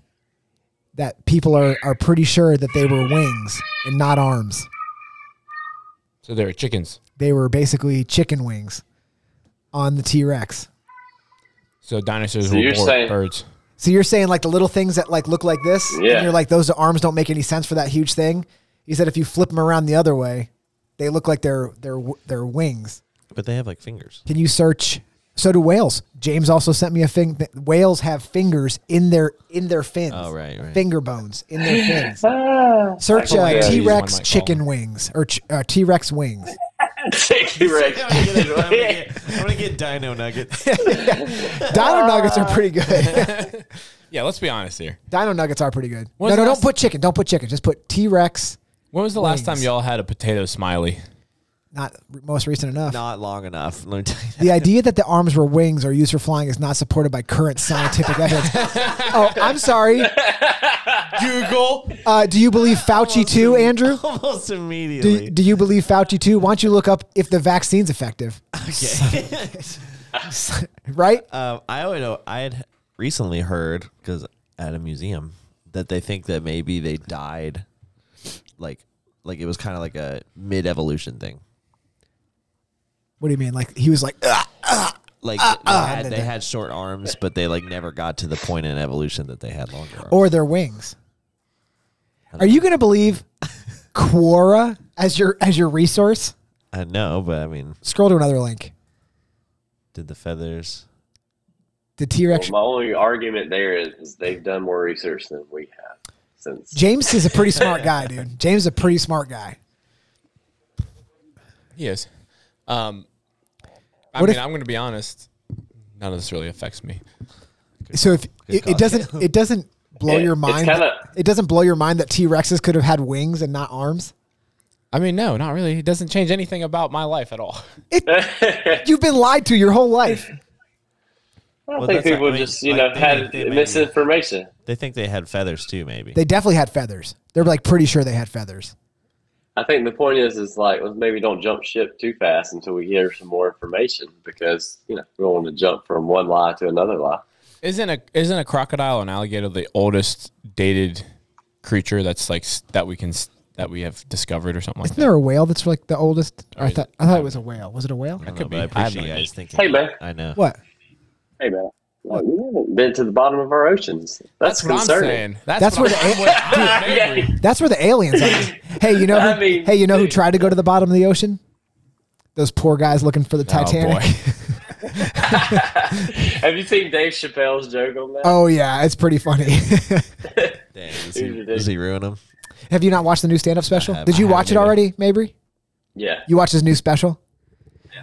S2: that people are, are pretty sure that they were wings and not arms
S5: so there are chickens
S2: they were basically chicken wings on the t-rex
S5: so dinosaurs
S6: So
S5: were
S6: you're
S5: more
S6: saying-
S5: birds
S2: so you're saying like the little things that like look like this
S6: Yeah.
S2: and you're like those arms don't make any sense for that huge thing he said if you flip them around the other way they look like they're they're w- they're wings
S3: But they have like [laughs] fingers.
S2: can you search so do whales james also sent me a thing that whales have fingers in their in their fins
S3: Oh, right, right.
S2: finger bones in their fins Search
S6: Michael
S2: uh,
S6: Leo's
S2: T
S5: one
S2: Rex
S5: might call
S2: chicken wings or ch- uh, T Rex wings.
S6: Safety Rex.
S3: [laughs] I'm gonna get dino nuggets.
S2: Dino nuggets are pretty good. [laughs]
S5: Yeah, let's be honest here.
S2: Dino nuggets are pretty good.
S5: When's
S2: no, no,
S5: the
S2: don't
S5: last-
S2: put chicken. Don't put chicken. Just put T Rex.
S5: When was the last time
S2: Wings.
S5: y'all had a potato smiley?
S2: Not r- most recent enough.
S3: [laughs] Not long enough. Let me tell you that.
S2: The idea that the arms were wings or
S3: [laughs]
S2: used for flying is not supported by current scientific evidence. oh, I'm sorry.
S5: Google.
S2: Uh, do you believe
S3: Oh,
S2: Fauci too, Andrew?
S3: [laughs] Almost
S2: Do,
S3: immediately.
S2: do you believe Fauci too? Why don't you look up if the vaccine's effective,
S3: [laughs]
S2: right?
S3: um, I always know I had recently heard because at a museum that they think that maybe they died, like like it was kind of like a mid evolution thing.
S2: What do you mean? Like he was like, "Ugh."
S3: Like
S5: Uh,
S3: they, had, they had short arms, but they like never got to the point in evolution that they had longer
S5: Oh.
S3: arms.
S2: or their wings. Are you gonna believe Quora as your as your resource?
S3: I know, but I mean,
S2: Scroll to another link.
S3: did the feathers?
S2: The T Rex.
S6: Well, my only argument there is, is they've done more research than we have. Since
S2: James is a pretty smart
S6: [laughs]
S2: guy, dude. James is a pretty smart guy.
S5: He is. Um, I
S2: What
S5: mean,
S2: if-
S5: I'm going to be honest. None of this really affects me.
S2: So if it,
S3: call.
S2: it doesn't it doesn't blow
S6: It-
S2: your
S6: it's
S2: mind,
S6: kinda-
S2: it doesn't blow your mind that T Rexes could have had wings and not arms.
S5: I mean, no, not really. It doesn't change anything about my life at all. [laughs]
S2: You've been lied to your whole life.
S6: I
S3: Well,
S6: think
S3: that's not-
S6: people
S3: I mean,
S6: just you
S3: like,
S6: know
S3: they
S6: had
S3: think they may-
S6: misinformation.
S3: They think they had feathers too, maybe.
S2: They definitely had feathers. They're like pretty sure they had feathers.
S6: I think the point is is like well, maybe don't jump ship too fast until we hear some more information because you know we don't want to jump from one lie to another lie.
S5: Isn't a isn't a crocodile and alligator the oldest dated creature that's like s- that we can s- that we have discovered or something like
S2: Isn't there a whale that's like the oldest? I thought I thought it was a whale. Was it a whale?
S3: I don't
S5: could
S3: know,
S5: be.
S3: but I
S5: I have
S3: appreciate
S5: no
S3: you guys
S5: idea.
S3: thinking.
S6: Hey, man.
S3: I know.
S2: What?
S6: Hey man, like, we haven't been to the bottom of our oceans.
S5: that?
S6: That's,
S5: That's what I'm
S6: concerning.
S5: saying. That's,
S2: That's
S5: what
S2: where
S5: I'm,
S2: the-
S5: I'm [laughs] angry.
S2: That's where the aliens
S6: [laughs]
S2: are. hey, you know who,
S6: I mean,
S2: hey, you know who
S6: dude.
S2: tried to go to the bottom of the ocean? Those poor guys looking for the Titanic.
S5: Oh boy.
S6: Have you seen Dave Chappelle's joke on that?
S2: [laughs] Oh yeah, it's pretty funny. [laughs]
S3: Dang, does,
S6: Dude,
S3: he,
S6: you
S3: does he ruin them?
S2: have you not watched the new stand-up special?
S3: have-
S2: Did
S3: I
S2: you watch it
S3: haven't either.
S2: already, Mabry?
S6: Yeah,
S2: You watched his new special?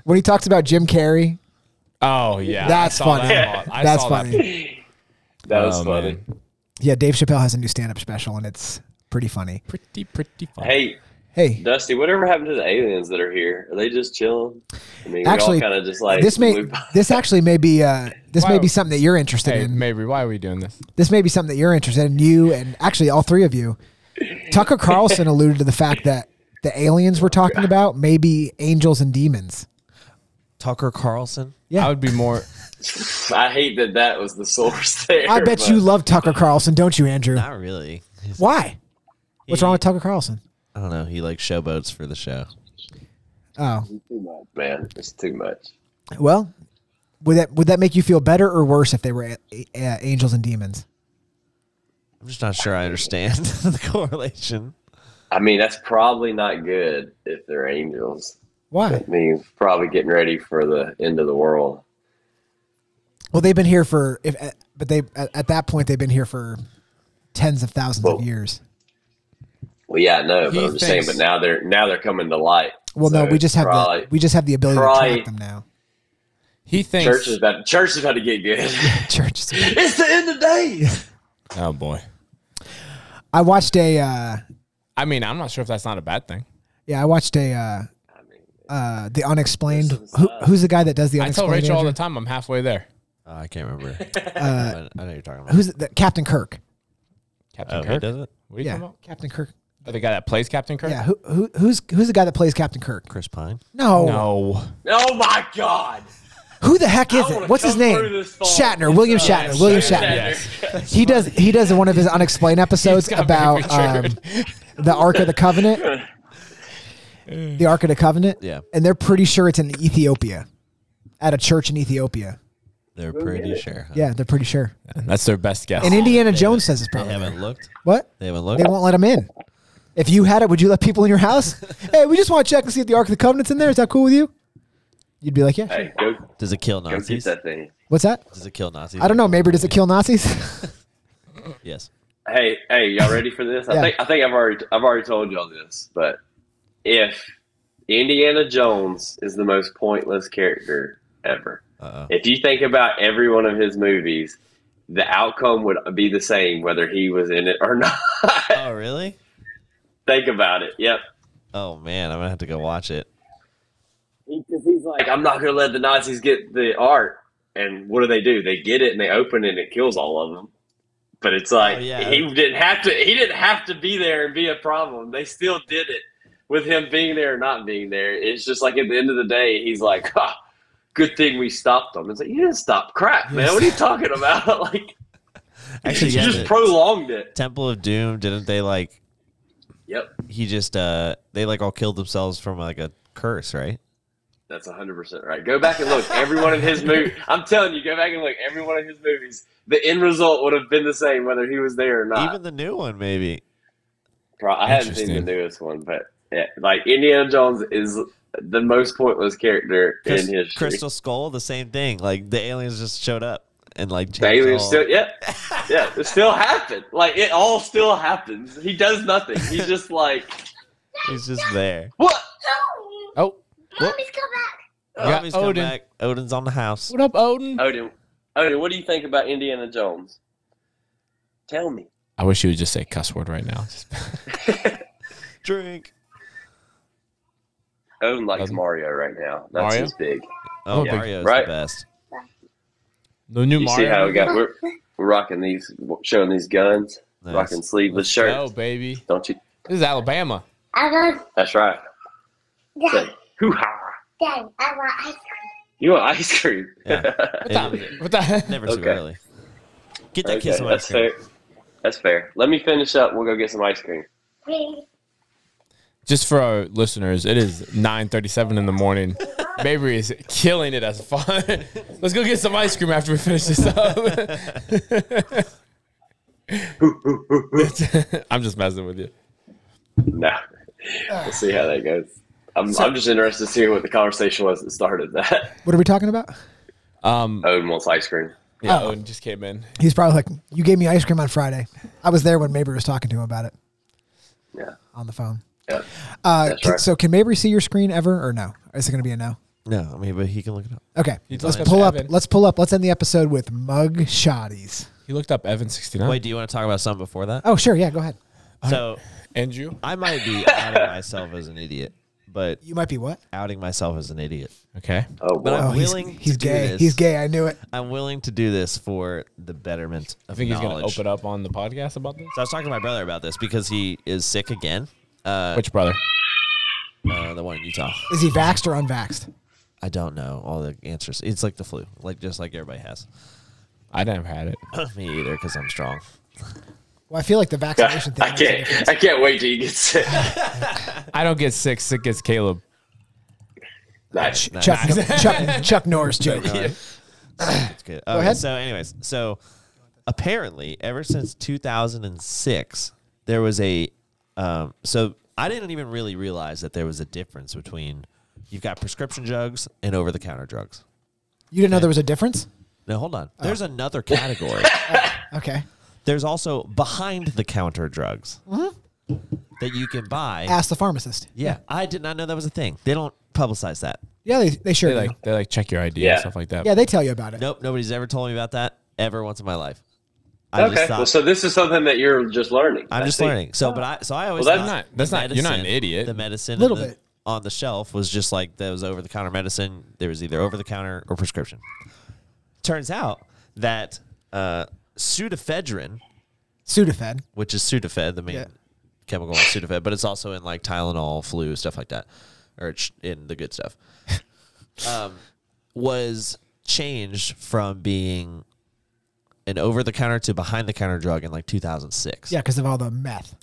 S2: When he talks about Jim Carrey,
S5: Oh yeah,
S2: That's
S5: I saw
S2: funny.
S5: That. I
S2: that's
S5: saw that.
S2: funny.
S5: [laughs]
S6: that was
S5: Oh,
S6: funny.
S5: man.
S2: Yeah, Dave Chappelle has a new stand-up special and it's pretty funny.
S5: Pretty pretty funny.
S6: Hey,
S2: Hey,
S6: Dusty, whatever happened to the aliens that are here? Are they just chilling? I mean,
S2: Actually,
S6: we all kind of just like
S2: this may
S6: loop- [laughs]
S2: this actually may be uh this may
S5: Wow.
S2: be something that you're interested
S5: Hey,
S2: in.
S5: Mabry, why are we doing this?
S2: this may be something that you're interested in, you and actually all three of you. Tucker Carlson alluded to the fact that the aliens we're talking about may be angels and demons.
S3: Tucker Carlson.
S2: Yeah.
S5: I would be more.
S6: I hate that that was the source there.
S2: I bet
S6: but-
S2: you love Tucker Carlson, don't you, Andrew?
S3: Not really. He's-
S2: Why? What's
S3: He-
S2: wrong with Tucker Carlson?
S3: I don't know. He like showboats for the show.
S2: Oh,
S6: too much, man. It's too much.
S2: well, would that would that make you feel better or worse if they were a, a- angels and demons?
S3: I'm just not sure I understand [laughs] the correlation.
S6: I mean, that's probably not good if they're angels.
S2: Why?
S6: That means probably getting ready for the end of the world.
S2: Well, they've been here for if, uh, but they at, at that point they've been here for tens of thousands of
S6: Well,
S2: years.
S6: Well, yeah, I know, but
S5: He
S6: I'm just saying.
S5: thinks-
S6: But now they're now they're coming to light.
S2: Well, no,
S6: So
S2: we just have
S6: probably-
S2: the we just have the ability to
S6: probably-
S2: track them now. [laughs]
S5: He thinks.
S6: church is about church is about to get
S2: [laughs]
S6: good.
S2: Church.
S6: it's the end of days.
S5: Oh boy.
S2: I watched a uh,
S5: I mean, I'm not sure if that's not a bad thing.
S2: yeah, I watched a uh,
S6: I mean,
S2: uh, the unexplained. Who,
S6: uh,
S2: who's the guy that does the
S5: I tell
S2: unexplained?
S5: Rachel all the
S2: Andrew?
S5: time I'm halfway there.
S3: Uh, I can't
S6: [laughs]
S3: remember.
S2: Uh,
S3: I, I know you're talking about.
S2: who's the, Captain Kirk?
S5: Captain
S3: Oh, he
S5: Kirk.
S3: does it?
S5: What are you talking
S2: Yeah,
S5: about?
S2: Captain Kirk.
S5: Oh, the guy that plays Captain Kirk.
S2: Yeah, who, who who's who's the guy that plays Captain Kirk?
S3: Chris Pine.
S2: No,
S5: No.
S6: oh my God!
S2: who the heck is
S6: I wanna
S2: it? What's his
S6: come
S2: name?
S6: through this phone. uh,
S2: Shatner, William Shatner, William Shatner. He does he does one of his unexplained episodes
S5: Scott
S2: about um,
S5: Mabry triggered.
S2: the Ark of the
S5: [laughs]
S2: Covenant. The Ark of the Covenant.
S3: Yeah.
S2: and they're pretty sure it's in Ethiopia, at a church in Ethiopia.
S3: They're pretty sure. huh?
S2: Yeah, they're pretty sure.
S5: that's their best guess.
S2: And Indiana Jones says it's
S3: They
S2: probably there.
S3: haven't looked.
S2: what.
S3: They haven't looked.
S2: They won't let them in. If you had it, would you let people in your
S3: [laughs]
S2: house? hey, we just want to check and see if the Ark of the Covenant's in there. Is that cool with you? You'd be like, yeah. sure.
S6: Hey, go,
S3: Does it kill
S6: go get
S3: Nazis?
S6: that thing.
S2: What's that?
S3: Does it kill Nazis?
S2: I don't know. Maybe does it kill Nazis? [laughs]
S3: Yes.
S6: Hey, hey, y'all ready for this?
S2: Yeah.
S6: I think I think I've already I've already told y'all this, but if Indiana Jones is the most pointless character ever,
S3: Uh oh.
S6: if you think about every one of his movies, the outcome would be the same whether he was in it or [laughs] not.
S3: Oh really?
S6: think about it. Yep.
S3: Oh man, I'm gonna have to go watch
S6: [laughs]
S3: it.
S6: Because he's like, I'm not going to let the Nazis get the art. And what do they do? They get it and they open it and it kills all of them. But it's like
S3: Oh, yeah.
S6: he didn't have to. He didn't have to be there and be a problem. They still did it with him being there or not being there. It's just like at the end of the day, he's like, "Ha, "Good thing we stopped him." It's like you didn't stop crap, man. What are you talking about? [laughs] like
S3: Actually,
S6: you
S3: yeah,
S6: just
S3: the
S6: prolonged it.
S3: Temple of Doom didn't they like
S6: Yep,
S3: he just uh they like all killed themselves from like a curse, right?
S6: that's hundred percent right. Go back and look. Every one of his
S3: [laughs]
S6: movies. I'm telling you, go back and look. Every one of his movies. The end result would have been the same whether he was there or not.
S3: Even the new one, maybe.
S6: Pro- I haven't seen the
S5: Interesting.
S6: newest one, but yeah, like Indiana Jones is the most pointless character
S3: Crys-
S6: in history.
S3: Crystal Skull, the same thing. Like the aliens just showed up and like changed
S6: the aliens
S3: all- [laughs]
S6: still, yeah, yeah, it still happened. Like it all still happens. He does nothing. He's just like,
S3: he's just there.
S6: what?
S5: Oh,
S7: Mommy's come back.
S3: Oh,
S5: got
S3: he's come
S5: Odin.
S3: back. Odin's on the house.
S5: what up, Odin?
S6: Odin, Odin, what do you think about Indiana Jones? Tell me.
S5: I wish you would just say cuss word right now.
S3: Drink.
S6: Odin likes
S5: Odin.
S6: Mario right now. That's
S5: Mario?
S6: his big.
S3: Oh,
S5: Oh, big-
S3: Mario's
S6: Right.
S3: the best.
S5: the new
S6: You
S5: Mario.
S6: see how we got?
S7: movie?
S6: We're, we're rocking these, showing these guns,
S3: Nice.
S6: rocking sleeveless shirts.
S5: Oh, baby.
S6: Don't you?
S5: This is Alabama.
S7: I want
S6: That's right.
S7: Dad.
S6: Hoo ha!
S7: Dad, I want ice cream.
S6: You want ice cream?
S3: Yeah.
S5: What time is it? What [laughs] time?
S3: Never too
S6: Okay.
S3: early. Get that kiss of ice
S6: that's
S3: cream.
S6: fair. That's fair. Let me finish up. We'll go get some ice cream. [laughs]
S7: Please.
S5: Just for our listeners, it is 9.37 in the morning. Baby is killing it as fun. [laughs] Let's go get some ice cream after we finish this up. [laughs] I'm just messing with you.
S6: No, we'll see how that goes. I'm, I'm just interested to see what the conversation was that started that.
S2: What are we talking about?
S5: Um,
S6: Odin wants ice cream.
S5: yeah, Odin just came in.
S2: He's probably like, "You gave me ice cream on Friday. I was there when Mabry was talking to him about it
S6: Yeah,
S2: on the phone."
S6: yeah.
S2: Uh,
S6: That's
S2: can-
S6: right.
S2: so can Mabry see your screen ever or no? Is it going to be a no?
S3: No, I mean, but he can look it up.
S2: Okay,
S5: He's
S2: let's
S5: on
S2: pull up.
S5: Evan.
S2: Let's pull up. Let's end the episode with mug shotties.
S5: He looked up Evan 69.
S3: Wait, do you want to talk about something before that?
S2: Oh, sure. Yeah, go ahead.
S3: So
S5: Andrew?
S3: I might be outing myself as an idiot, but
S2: You might be what?
S3: outing myself as an idiot.
S5: Okay.
S6: Oh,
S3: But
S6: boy.
S3: I'm
S2: Oh, he's,
S3: willing.
S2: he's
S3: to do
S2: gay.
S3: this.
S2: He's gay. I knew it.
S3: I'm willing to do this for the betterment
S5: I
S3: of
S5: think he's
S3: knowledge.
S5: going to open up on the podcast about this.
S3: So I was talking to my brother about this because he is sick again. Uh,
S5: Which brother?
S3: uh, the one in Utah.
S2: Is he vaxxed or unvaxxed?
S3: I don't know all the answers. It's like the flu, like just like everybody has. [coughs]
S5: I never had it.
S3: Me either, because I'm strong.
S2: Well, I feel like the
S6: I
S2: vaccination thing.
S6: I
S2: makes a
S6: can't. I can't wait till you get sick.
S5: I don't get sick. Sick gets Caleb.
S6: [laughs] Nice.
S2: difference. Chuck, Chuck, Chuck Norris joke.
S3: It's good. Okay,
S2: ahead.
S3: So, anyways, so apparently, ever since 2006, there was a. Um, so I didn't even really realize that there was a difference between you've got prescription drugs and over the counter drugs.
S2: You didn't know there was a difference?
S3: Now hold on. There's another category.
S2: Okay.
S3: There's also behind the counter drugs that you can buy.
S2: Ask the pharmacist.
S3: Yeah, I did not know that was a thing. They don't publicize that.
S2: Yeah, they, they sure
S5: They
S2: do.
S5: like, they like check your ID
S6: Yeah.
S5: and stuff like that.
S2: yeah, they tell you about it.
S3: Nope, nobody's ever told me about that ever once in my life. I
S6: Okay.
S3: just thought,
S6: Well, so this is something that you're just learning.
S3: I'm
S6: I
S3: just
S6: see.
S3: learning. So, but I so I always
S6: Well, that's
S3: thought
S5: not- that's
S3: the
S5: not- you're not an idiot.
S3: The medicine
S2: Little
S3: and the-
S2: bit.
S3: on the shelf was just like that was over the counter medicine. There was either over the counter or prescription. Turns out that uh, pseudoephedrine,
S2: Sudafed.
S3: which is Sudafed, the main
S2: Yeah.
S3: chemical in Sudafed, but it's also in like Tylenol, flu, stuff like that, or it's in the
S2: [laughs]
S3: good stuff, um, was changed from being an over the counter to behind the counter drug in like 2006.
S2: Yeah, because of all the meth.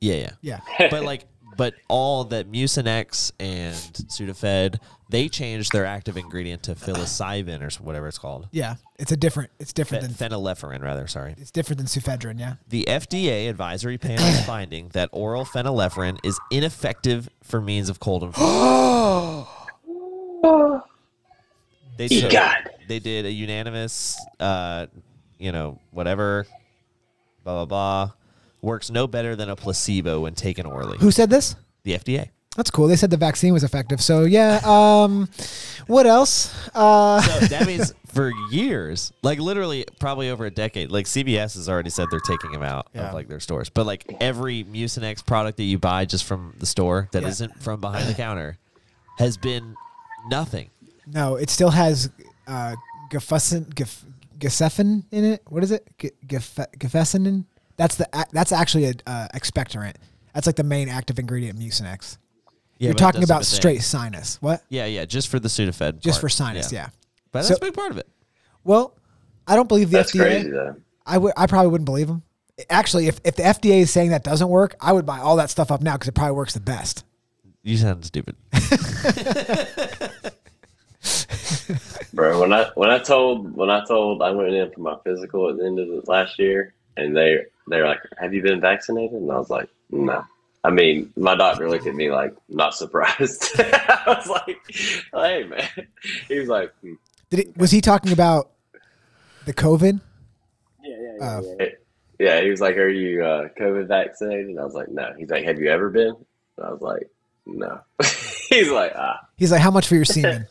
S3: Yeah, yeah.
S2: Yeah.
S3: but like, but all that Mucinex and Sudafed, they changed their active ingredient to psilocybin or s- whatever it's called.
S2: Yeah. It's a different. It's different than.
S3: Phenylephrine, rather, sorry.
S2: It's different than sufedrin. Yeah.
S3: The FDA advisory panel's finding that oral phenylephrine is ineffective for means of cold and flu. they, took-
S6: Egad.
S3: they did a unanimous, uh, you know, whatever, blah, blah, blah. Works no better than a placebo when taken orally.
S2: Who said this?
S3: The FDA.
S2: That's cool. They said the vaccine was effective. So yeah. Um, what else? Uh,
S3: So that means for years, like literally probably over a decade, like CBS has already said they're taking them out
S2: Yeah.
S3: of like their stores. But like every Mucinex product that you buy just from the store that
S2: Yeah.
S3: not from behind the counter has been nothing.
S2: no, it still has uh, gefussin, gef, Gefeffen in it. What is it? Ge- Gefe- Gefessinen? That's the ac- that's actually a uh, expectorant. That's like the main active ingredient in Mucinex.
S3: Yeah,
S2: You're
S3: but it
S2: talking
S3: does
S2: about
S3: have a thing.
S2: straight sinus. What?
S3: Yeah, yeah, just for the Sudafed.
S2: Just
S3: part.
S2: for sinus, yeah.
S3: But
S2: So-
S3: that's a big part of it.
S2: Well, I don't believe the
S6: That's
S2: FDA.
S6: crazy though.
S2: I would. I probably wouldn't believe them. Actually, if, if the FDA is saying that doesn't work, I would buy all that stuff up now because it probably works the best.
S3: You
S2: [laughs]
S3: sound stupid.
S6: Bro, when I when I told when I told I went in for my physical at the end of the last year, and they they're like, "Have you been vaccinated?" And I was like, "No." I mean, my doctor looked at me like, not surprised. [laughs] I was like, "Hey, man." He was like, hmm.
S2: Did it, was he talking about the COVID?
S6: "Yeah, yeah,
S2: yeah, Uh,
S6: yeah." Yeah, he was like, "Are you uh, COVID vaccinated?" And I was like, "No." He's like, "Have you ever been?" And I was like, "No." [laughs] He's like, "Ah."
S2: He's like, how much for your semen?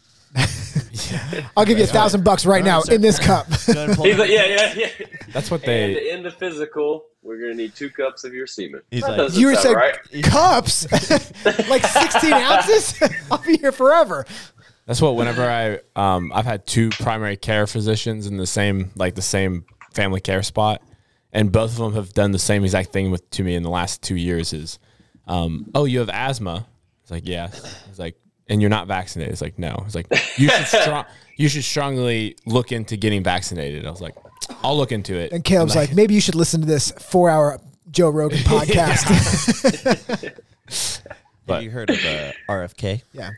S2: I'll give you a thousand bucks right now in this cup.
S6: [laughs] He's like, "Yeah, yeah, yeah."
S5: That's what
S6: and
S5: they.
S6: to end the physical, we're gonna need two cups of your semen.
S3: He's
S6: That
S3: like-
S6: doesn't
S2: [laughs] you were
S6: sound
S2: saying [laughs]
S6: right.
S2: cups, like sixteen ounces. [laughs] I'll be here forever.
S5: That's what. Whenever I, um, I've had two primary care physicians in the same, like the same family care spot, and both of them have done the same exact thing with to me in the last two years. Is, um, oh, you have asthma. It's like yeah. It's like, and you're not vaccinated. It's like no. It's like you should
S6: [laughs]
S5: strong, you should strongly look into getting vaccinated. I was like, I'll look into it.
S2: And Caleb's like, maybe you should listen to this four-hour Joe Rogan podcast.
S3: Have you heard of uh, RFK?
S2: [laughs] yeah,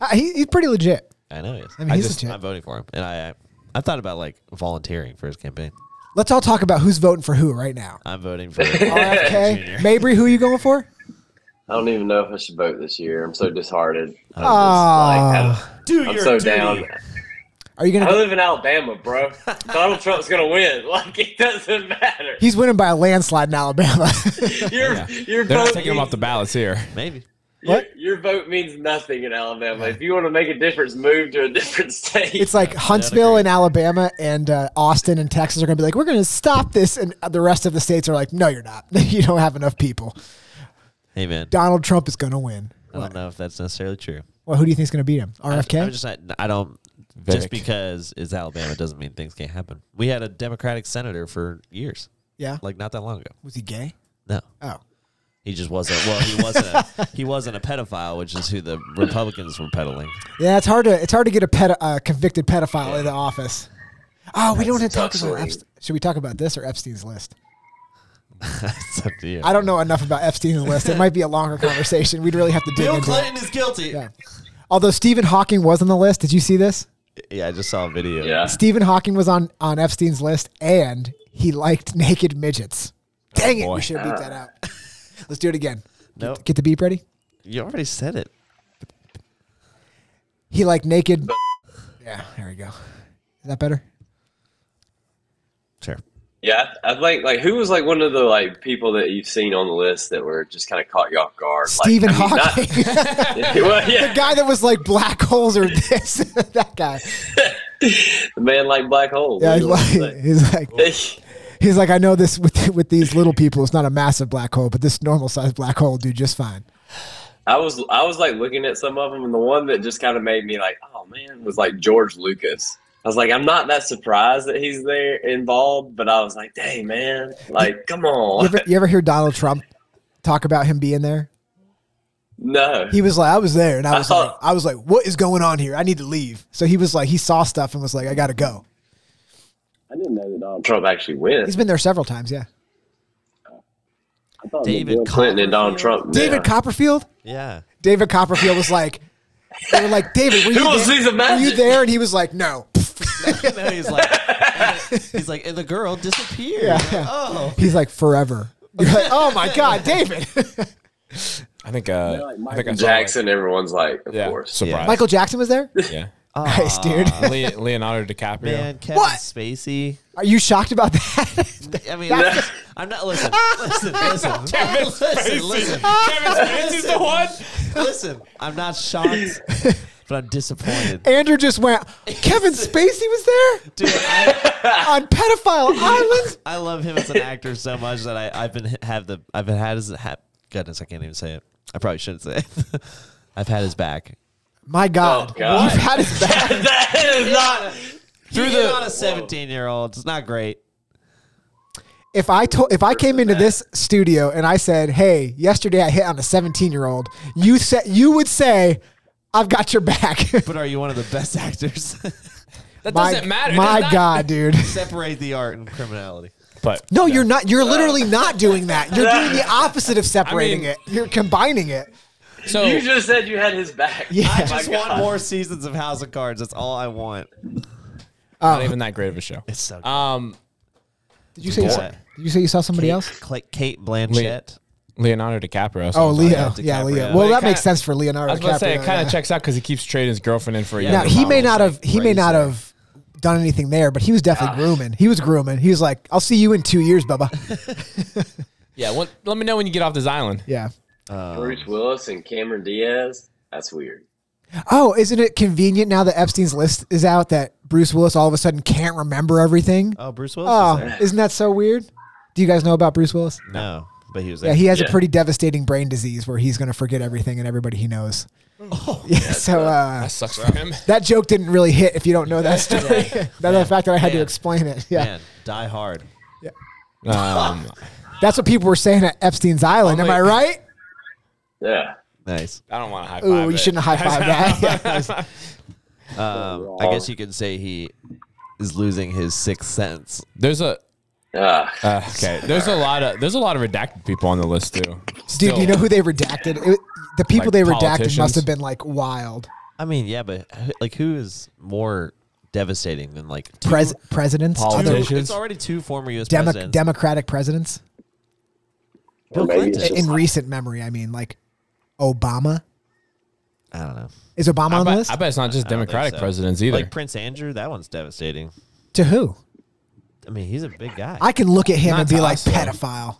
S2: Uh, he, he's pretty legit.
S3: I know he is.
S2: I mean, he's
S3: just,
S2: legit.
S3: I'm voting for him, and I, I, I thought about like volunteering for his campaign.
S2: Let's all talk about who's voting for who right now.
S3: I'm
S2: [laughs]
S3: voting for.
S2: RFK, Mabry, who are you going for?
S6: I don't even know if I should vote this year. I'm so disheartened. I'm,
S2: Ah. Aw.
S6: do I'm so down.
S2: Uh, Are you gonna?
S6: I
S2: Go,
S6: live in Alabama, bro. Donald Trump's gonna win. [laughs] Like it doesn't matter.
S2: he's winning by a landslide in Alabama. [laughs]
S6: Your your
S5: They're not
S6: vote
S5: taking them off the
S6: means-
S5: ballots here.
S3: Maybe.
S6: your-
S2: What?
S6: Your, vote means nothing in Alabama. If you want to make a difference, move to a different [laughs] state.
S2: it's like Huntsville in Alabama and uh, Austin and Texas are gonna be like, we're gonna stop this, and the rest of the states are like, no, you're not. [laughs] you don't have enough people.
S3: Hey man,
S2: Donald Trump is gonna win.
S3: I don't know if that's necessarily true.
S2: Well, who do you think is gonna beat him?
S3: I,
S2: RFK.
S3: am just not, I don't.
S5: Vivek.
S3: Just because it's Alabama doesn't mean things can't happen. We had a Democratic senator for years,
S2: yeah.
S3: like not that long ago.
S2: Was he gay?
S3: No,
S2: Oh,
S3: he just wasn't. Well, he
S2: [laughs]
S3: wasn't. A, he wasn't a pedophile, which is who the Republicans were peddling. [laughs]
S2: yeah. It's hard to it's hard to get a ped, uh, convicted pedophile in the office. Oh, we don't have to talk
S6: tough
S2: about
S6: sleeve.
S2: Epstein. Should we talk about this or Epstein's list?
S3: it's up to you.
S2: I don't know enough about Epstein's list. It might be a longer conversation. We'd really have to dig
S3: Bill
S2: into
S3: Clinton is guilty.
S2: it. Yeah. Although Stephen Hawking was on the list. Did you see this?
S3: Yeah, I just saw a video.
S6: yeah.
S2: Stephen Hawking was on on Epstein's list, and he liked naked midgets. Dang it!
S5: boy.
S2: We should have beat that out. [laughs] Let's do it again.
S3: No,
S2: Get the beep ready.
S3: you already said it.
S2: He liked naked. Yeah, there we go. Is that better?
S3: Sure.
S6: Yeah, I I like like who was like one of the like people that you've seen on the list that were just kind of caught you off guard.
S2: Stephen
S6: like, I mean, not-
S2: Hawking, [laughs]
S6: well, [laughs] yeah,
S2: the guy that was like black holes or this, [laughs] that guy.
S6: the man like black holes.
S2: Yeah,
S6: What
S2: he's
S6: do you want
S2: like,
S6: to
S2: he's like,
S6: say? [laughs]
S2: he's like, I know this with with these little people, it's not a massive black hole, but this normal sized black hole will do just fine.
S6: I was I was like looking at some of them, and the one that just kind of made me like, oh man, was like George Lucas. I was like, I'm not that surprised that he's there involved, but I was like, dang man, like come
S2: You
S6: on,
S2: ever, you ever hear Donald Trump talk about him being there?
S6: [laughs] no,
S2: He was like, I was there, and I was
S6: thought-
S2: like, I was like, what is going on here? I need to leave. So he was like, he saw stuff and was like, I gotta go.
S6: I didn't know that Donald Trump actually
S2: He's
S6: went.
S2: been there several times, yeah.
S6: I thought
S3: David
S6: Oh, Bill Clinton and Donald
S3: Copperfield.
S6: Trump. met.
S2: David Copperfield.
S3: Yeah.
S2: David Copperfield was like, they were like, David, were you,
S6: [laughs] Who was
S2: there?
S6: these
S2: were you
S6: imagine?
S2: there? And he was like, no.
S3: no, he's
S6: [laughs]
S3: like, he's like, and the girl disappeared. Oh,
S2: [laughs] He's like, forever. You're like, oh my God, David. [laughs]
S5: I think. Uh, I think I saw, like,
S6: Jackson, everyone's like, of
S5: yeah.
S6: course. [laughs]
S5: Surprise.
S2: Michael Jackson was there?
S5: Yeah.
S2: Nice, dude.
S5: Le- Leonardo DiCaprio.
S3: man, Kevin
S2: What?
S3: Spacey.
S2: Are you shocked about that? [laughs]
S3: I mean, I'm not. Listen, listen, listen, listen, listen,
S5: Spacey's the one.
S3: listen. I'm not shocked, but I'm disappointed.
S2: Andrew just went, Kevin Spacey was
S6: [laughs]
S2: there?
S3: Dude, I,
S2: On Pedophile Island?
S3: I love him as an actor so much that I, I've been have the I've been had his ha- goodness. I can't even say it. I probably shouldn't say it. [laughs] I've had his back.
S2: My God.
S6: Oh, God.
S2: You've had his back.
S6: that is not.
S3: Through
S5: Through the-
S3: on a 17 year old. It's not great.
S2: If I told, if I came into this studio and I said, "Hey, yesterday I hit on a 17 year old," you said you would say, "I've got your back." [laughs]
S3: But are you one of the best [laughs] actors?
S5: That
S2: my,
S5: doesn't matter. It
S2: My
S5: does not-
S2: God, dude. [laughs]
S3: Separate the art and criminality.
S5: But
S2: No, you're not. You're literally not doing that. You're doing
S5: [laughs]
S2: the opposite of separating
S5: mean-
S2: it. You're combining it.
S5: so
S6: You just said you had his back.
S2: Yeah.
S3: I
S2: Oh
S3: just
S6: my
S3: want
S6: God.
S3: more seasons of House of Cards. That's all I want.
S5: not even that great of a show.
S3: It's so good.
S5: Um,
S2: Did you say? You saw,
S3: Boy.
S2: did you say you saw somebody
S3: Kate,
S2: else?
S3: Cla- Kate Blanchett.
S5: Leonardo DiCaprio.
S2: Oh,
S5: sometimes.
S2: Leo.
S3: DiCaprio.
S2: Yeah, Leo.
S3: But
S2: Well,
S5: it
S2: that
S5: kinda-
S2: makes sense for Leonardo
S5: I was about to say
S2: DiCaprio,
S5: it kind
S2: yeah.
S5: of checks out because he keeps trading his girlfriend in for a
S2: Now
S5: younger
S2: he may
S5: model.
S2: not have he may not
S3: razor.
S2: have done anything there, but he was definitely
S5: Ah.
S2: grooming. He was grooming. He was like, "I'll see you in two years, Bubba." [laughs]
S5: Yeah, well, let me know when you get off this island.
S2: yeah.
S6: Bruce Willis and Cameron Diaz. That's weird.
S2: Oh, isn't it convenient now that Epstein's list is out that Bruce Willis all of a sudden can't remember everything?
S3: Oh, Bruce Willis. was
S2: Oh,
S3: there.
S2: isn't that so weird? Do you guys know about Bruce Willis?
S3: No, but he was there.
S2: Yeah, he has a
S6: Yeah.
S2: pretty devastating brain disease where he's going to forget everything and everybody he knows.
S3: Oh,
S2: [laughs] yeah, so uh,
S5: That sucks for him.
S2: that joke didn't really hit if you don't know that story. [laughs] By the fact that I had to explain it. Yeah.
S3: Man, Die Hard.
S5: [laughs] Um,
S2: That's what people were saying at Epstein's
S5: Oh
S2: Island. Am I right?
S6: Yeah.
S3: Nice.
S5: [laughs] I don't want to high five.
S2: Ooh, you
S5: it.
S2: shouldn't high five that. Yeah, that
S5: [laughs]
S2: was-
S3: Um, I guess you could say he is losing his sixth sense.
S5: There's a
S6: Ah. [laughs]
S5: [laughs] uh, okay. There's a lot of there's a lot of redacted people on the list too.
S2: Dude,
S5: Still.
S2: you know who they redacted? It, the people
S5: Like
S2: they redacted
S5: politicians?
S2: must have been like wild
S3: I mean, yeah, but who- like, who is more devastating than like two,
S2: Pres- presidents, other
S5: Politicians.
S3: It's already two former U.S.
S2: demo-
S3: presidents.
S2: Democratic presidents
S6: Or maybe it's
S3: Clinton.
S6: just
S2: in recent memory. I mean, like Obama.
S3: I don't know.
S2: Is Obama
S5: I
S2: on the
S5: bet,
S2: list?
S5: I bet it's not just
S3: don't think
S5: Democratic
S3: so.
S5: presidents either.
S3: Like Prince Andrew, that one's devastating.
S2: to who?
S3: I mean, he's a big guy.
S2: I can look at him
S5: Not
S2: and be
S5: to
S2: like
S5: us, though.
S2: pedophile.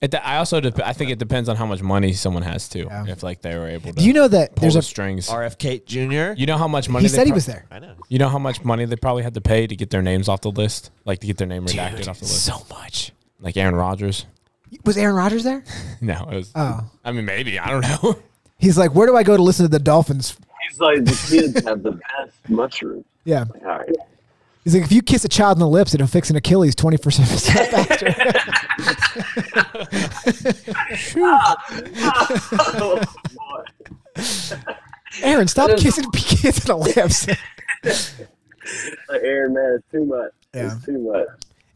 S5: It, de- I also dep I think it depends on how much money someone has too. If like they were able to,
S2: Do you know that
S5: pull
S2: there's
S5: the
S2: a?
S5: strings.
S3: RFK Jr.
S5: You know how much money
S2: He
S5: they
S2: said he
S5: prob-
S2: was there.
S3: I know.
S5: You know how much money they probably had to pay to get their names off the list, like to get their name redacted off the list,
S2: So much.
S5: like Aaron Rodgers. [laughs]
S2: Was Aaron Rodgers there?
S5: No, it was.
S2: Oh.
S5: I mean, maybe I don't [laughs] know.
S2: He's like, where do I go to listen to the Dolphins?
S6: He's like the kids have the best mushrooms.
S2: Yeah.
S6: All right.
S2: He's like, if you kiss a child in the lips, it'll fix an Achilles 24-7 faster. Aaron, stop kissing [laughs] kids in the lips.
S6: Aaron, man, it's too much.
S2: Yeah.
S6: It's too much.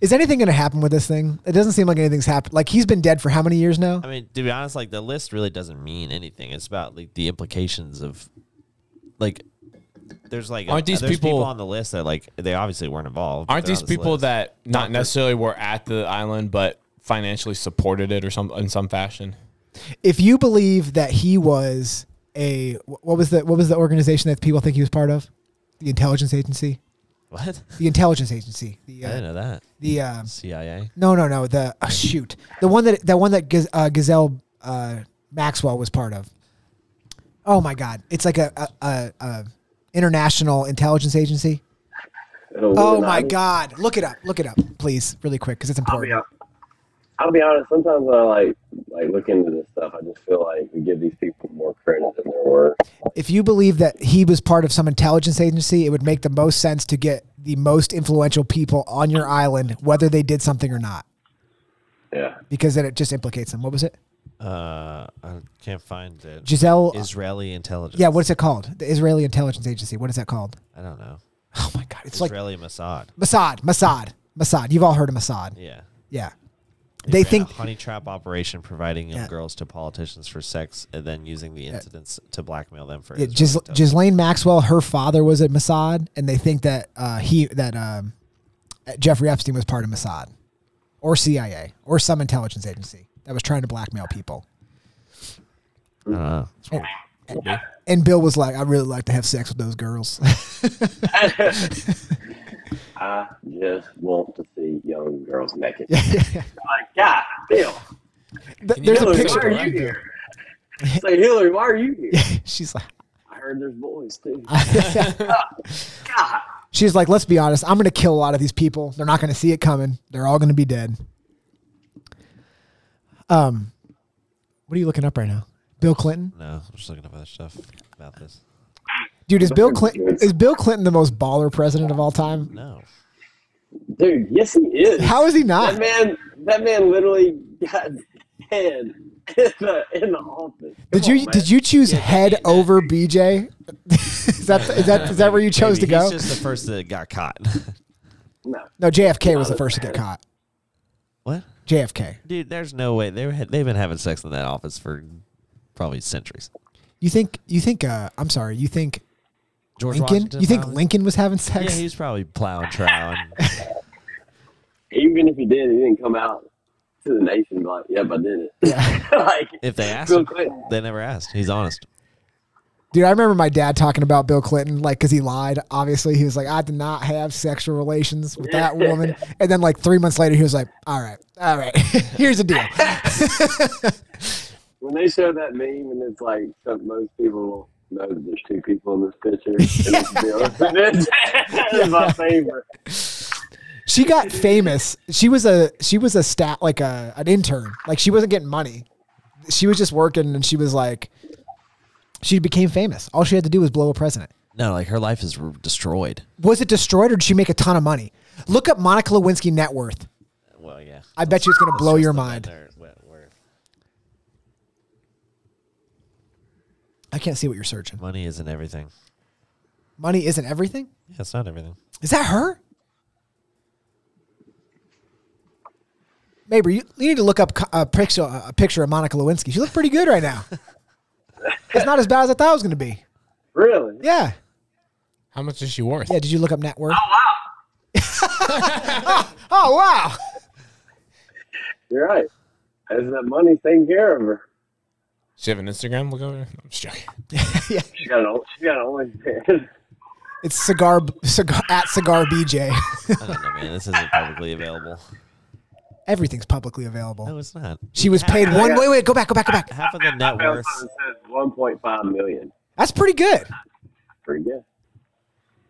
S2: Is anything going to happen with this thing? It doesn't seem like anything's happened. Like, he's been dead for how many years now?
S3: I mean, to be honest, like the list really doesn't mean anything. It's about like the implications of, like, there's like
S5: Aren't these
S3: there's
S5: people-
S3: on the list that like they obviously weren't involved. but
S5: Aren't
S3: they're
S5: these
S3: on this
S5: people
S3: list.
S5: that not
S3: Doctor.
S5: necessarily were at the island but financially supported it or some in some fashion?
S2: If you believe that he was a... What was the, what was the organization that people think he was part of? The intelligence agency? [laughs]
S3: what?
S2: The intelligence agency. The,
S3: I
S2: uh,
S3: didn't know that
S2: the um,
S3: CIA.
S2: No, no, no. The uh, shoot, the one that that one that Giz, uh, Gazelle uh, Maxwell was part of. Oh my God, it's like a a, a, a international intelligence agency. Oh my God, look it up, look it up, please, really quick, because it's
S6: I'll be,
S2: important.
S6: hon- I'll be honest. Sometimes when I like like look into this stuff. I just feel like we give these people more credit than they're worth.
S2: If you believe that he was part of some intelligence agency, it would make the most sense to get the most influential people on your island, whether they did something or not,
S6: Yeah.
S2: because then it just implicates them. What was it,
S3: Uh, I can't find it.
S2: Giselle? uh,
S3: Israeli intelligence.
S2: yeah, what's it called? The Israeli intelligence agency. What is that called?
S3: I don't know.
S2: Oh my God, it's like
S3: Israeli Mossad.
S2: Mossad, Mossad, Mossad. You've all heard of Mossad. Yeah.
S3: Yeah.
S2: They
S3: ran a
S2: think
S3: honey trap operation providing young
S2: Yeah.
S3: girls to politicians for sex and then using the incidents to blackmail them for
S2: yeah,
S3: Israeli
S2: Gis-
S3: intelligence.
S2: Ghislaine Maxwell, her father was at Mossad, and they think that uh, he that um, Jeffrey Epstein was part of Mossad or CIA or some intelligence agency that was trying to blackmail people.
S3: I don't know.
S2: And, and Bill was like, "I really like to have sex with those girls." [laughs]
S6: I just want to see young girls
S2: [laughs]
S6: naked. Like God, Bill.
S2: There's a
S6: Hillary,
S2: picture.
S6: why
S2: of
S6: are you
S2: him.
S6: here? It's like Hillary, why are you here?
S2: [laughs] She's like,
S6: I heard there's boys too.
S2: [laughs] she's like, "Let's be honest. I'm going to kill a lot of these people. They're not going to see it coming. They're all going to be dead." Um, what are you looking up right now? Bill Clinton.
S3: No, I'm just looking up other stuff about this.
S2: Do Dude, is Bill Clinton is Bill Clinton the most baller president of all time?
S3: No.
S4: Dude, yes, he is.
S2: How is he not?
S4: That man, that man literally got head in the, in the office. Come
S2: Did you
S4: on, man.
S2: did you choose head over BJ? [laughs] is that is that is that where you chose
S3: Maybe
S2: to go?
S3: He's just the first that got caught. [laughs]
S4: No.
S2: no, JFK was the first to get caught.
S3: what?
S2: JFK.
S3: Dude, there's no way they were, they've been having sex in that office for probably centuries.
S2: You think you think uh I'm sorry, you think
S3: George
S2: Lincoln?
S3: Washington
S2: you think
S3: probably?
S2: Lincoln was having
S3: Yeah,
S2: sex?
S3: he was probably plowing trow.
S4: Even if he did, he didn't come out to the nation and be like, "Yep, I did it." [laughs] like
S3: If [laughs] they asked
S4: Bill
S3: him,
S4: Clinton.
S3: they never asked. He's honest.
S2: Dude, I remember my dad talking about Bill Clinton, like, because he lied. Obviously, he was like, I did not have sexual relations with that woman. And then, like, three months later, he was like, All right, all right, [laughs] here's the deal.
S4: when they show that meme and it's like some, most people don't know that there's two people in this picture. And it's Bill. [laughs] That's my favorite.
S2: She got famous. She was a she was a stat like a an intern. Like she wasn't getting money. She was just working, and she was like, she became famous. All she had to do was blow a president.
S3: No, like her life is r- destroyed.
S2: Was it destroyed, or did she make a ton of money? Look up Monica Lewinsky net worth.
S3: Well, yeah.
S2: I bet you it's gonna blow your mind. I can't see what you're searching.
S3: Money isn't everything.
S2: Money isn't everything.
S3: Yeah, it's not
S2: [laughs]
S3: everything.
S2: Is that her? Maybe you, you need to look up co- a picture, a picture of Monica Lewinsky. She looks pretty good right [laughs] now. it's not as bad as I thought it was going to be.
S4: Really?
S2: Yeah.
S5: How much is she worth?
S2: Yeah. Did you look up net worth? Oh, wow. [laughs] oh, wow.
S4: You're right. Is that money taking care of her?
S5: She have an Instagram? Look over. there. I'm just joking.
S4: She got an [laughs] she got an OnlyFans.
S2: It's cigar, cigar at cigar BJ.
S3: I don't know, man. This isn't publicly available.
S2: Everything's publicly
S3: No,
S2: available.
S3: it's not.
S2: She was paid one. Wait, wait, go back, go back, go back.
S3: Half of the net worth.
S4: One point five million.
S2: That's pretty good.
S4: Pretty good.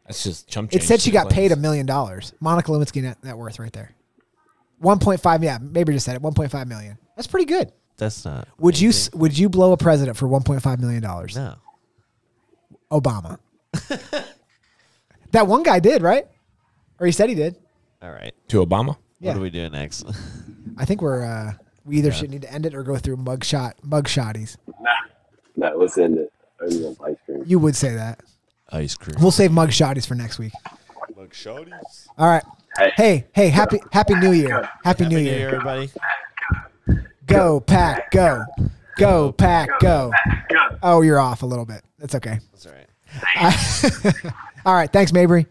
S5: That's just chump
S2: It
S5: change
S2: said she
S5: to the
S2: got paid a
S5: ladies.
S2: million dollars. Monica Lewinsky net, net worth right there. 1.5, yeah, maybe just said it. 1.5 million. That's pretty good.
S3: That's not.
S2: Would you s- would you blow a president for 1.5 million dollars?
S3: No.
S2: Obama. that one guy did, right? Or he said he did.
S3: All right.
S5: to Obama.
S2: Yeah.
S3: What are we doing next? [laughs]
S2: I think we're uh we either should need to end it or go through mugshot mugshotties.
S4: No, let's end it. I just want ice cream.
S2: You would say that.
S3: Ice cream.
S2: We'll save mugshotties for next week. Mugshotties. All right. Hey, hey, happy happy New Year. Happy, New,
S3: Happy New
S2: Year.
S3: Year, everybody.
S2: Go pack, go. Go pack, go. Oh, you're off a little bit. That's okay.
S3: That's all right.
S2: [laughs] All right, thanks Mabry.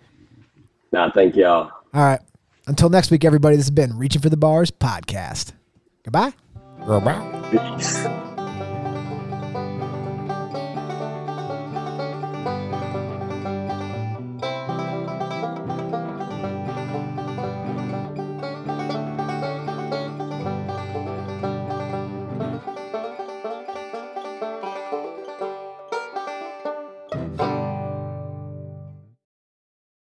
S4: No, thank y'all.
S2: All right. Until next week everybody, this has been Reaching for the Bars podcast. Goodbye.
S5: Girl, bye.
S4: Peace.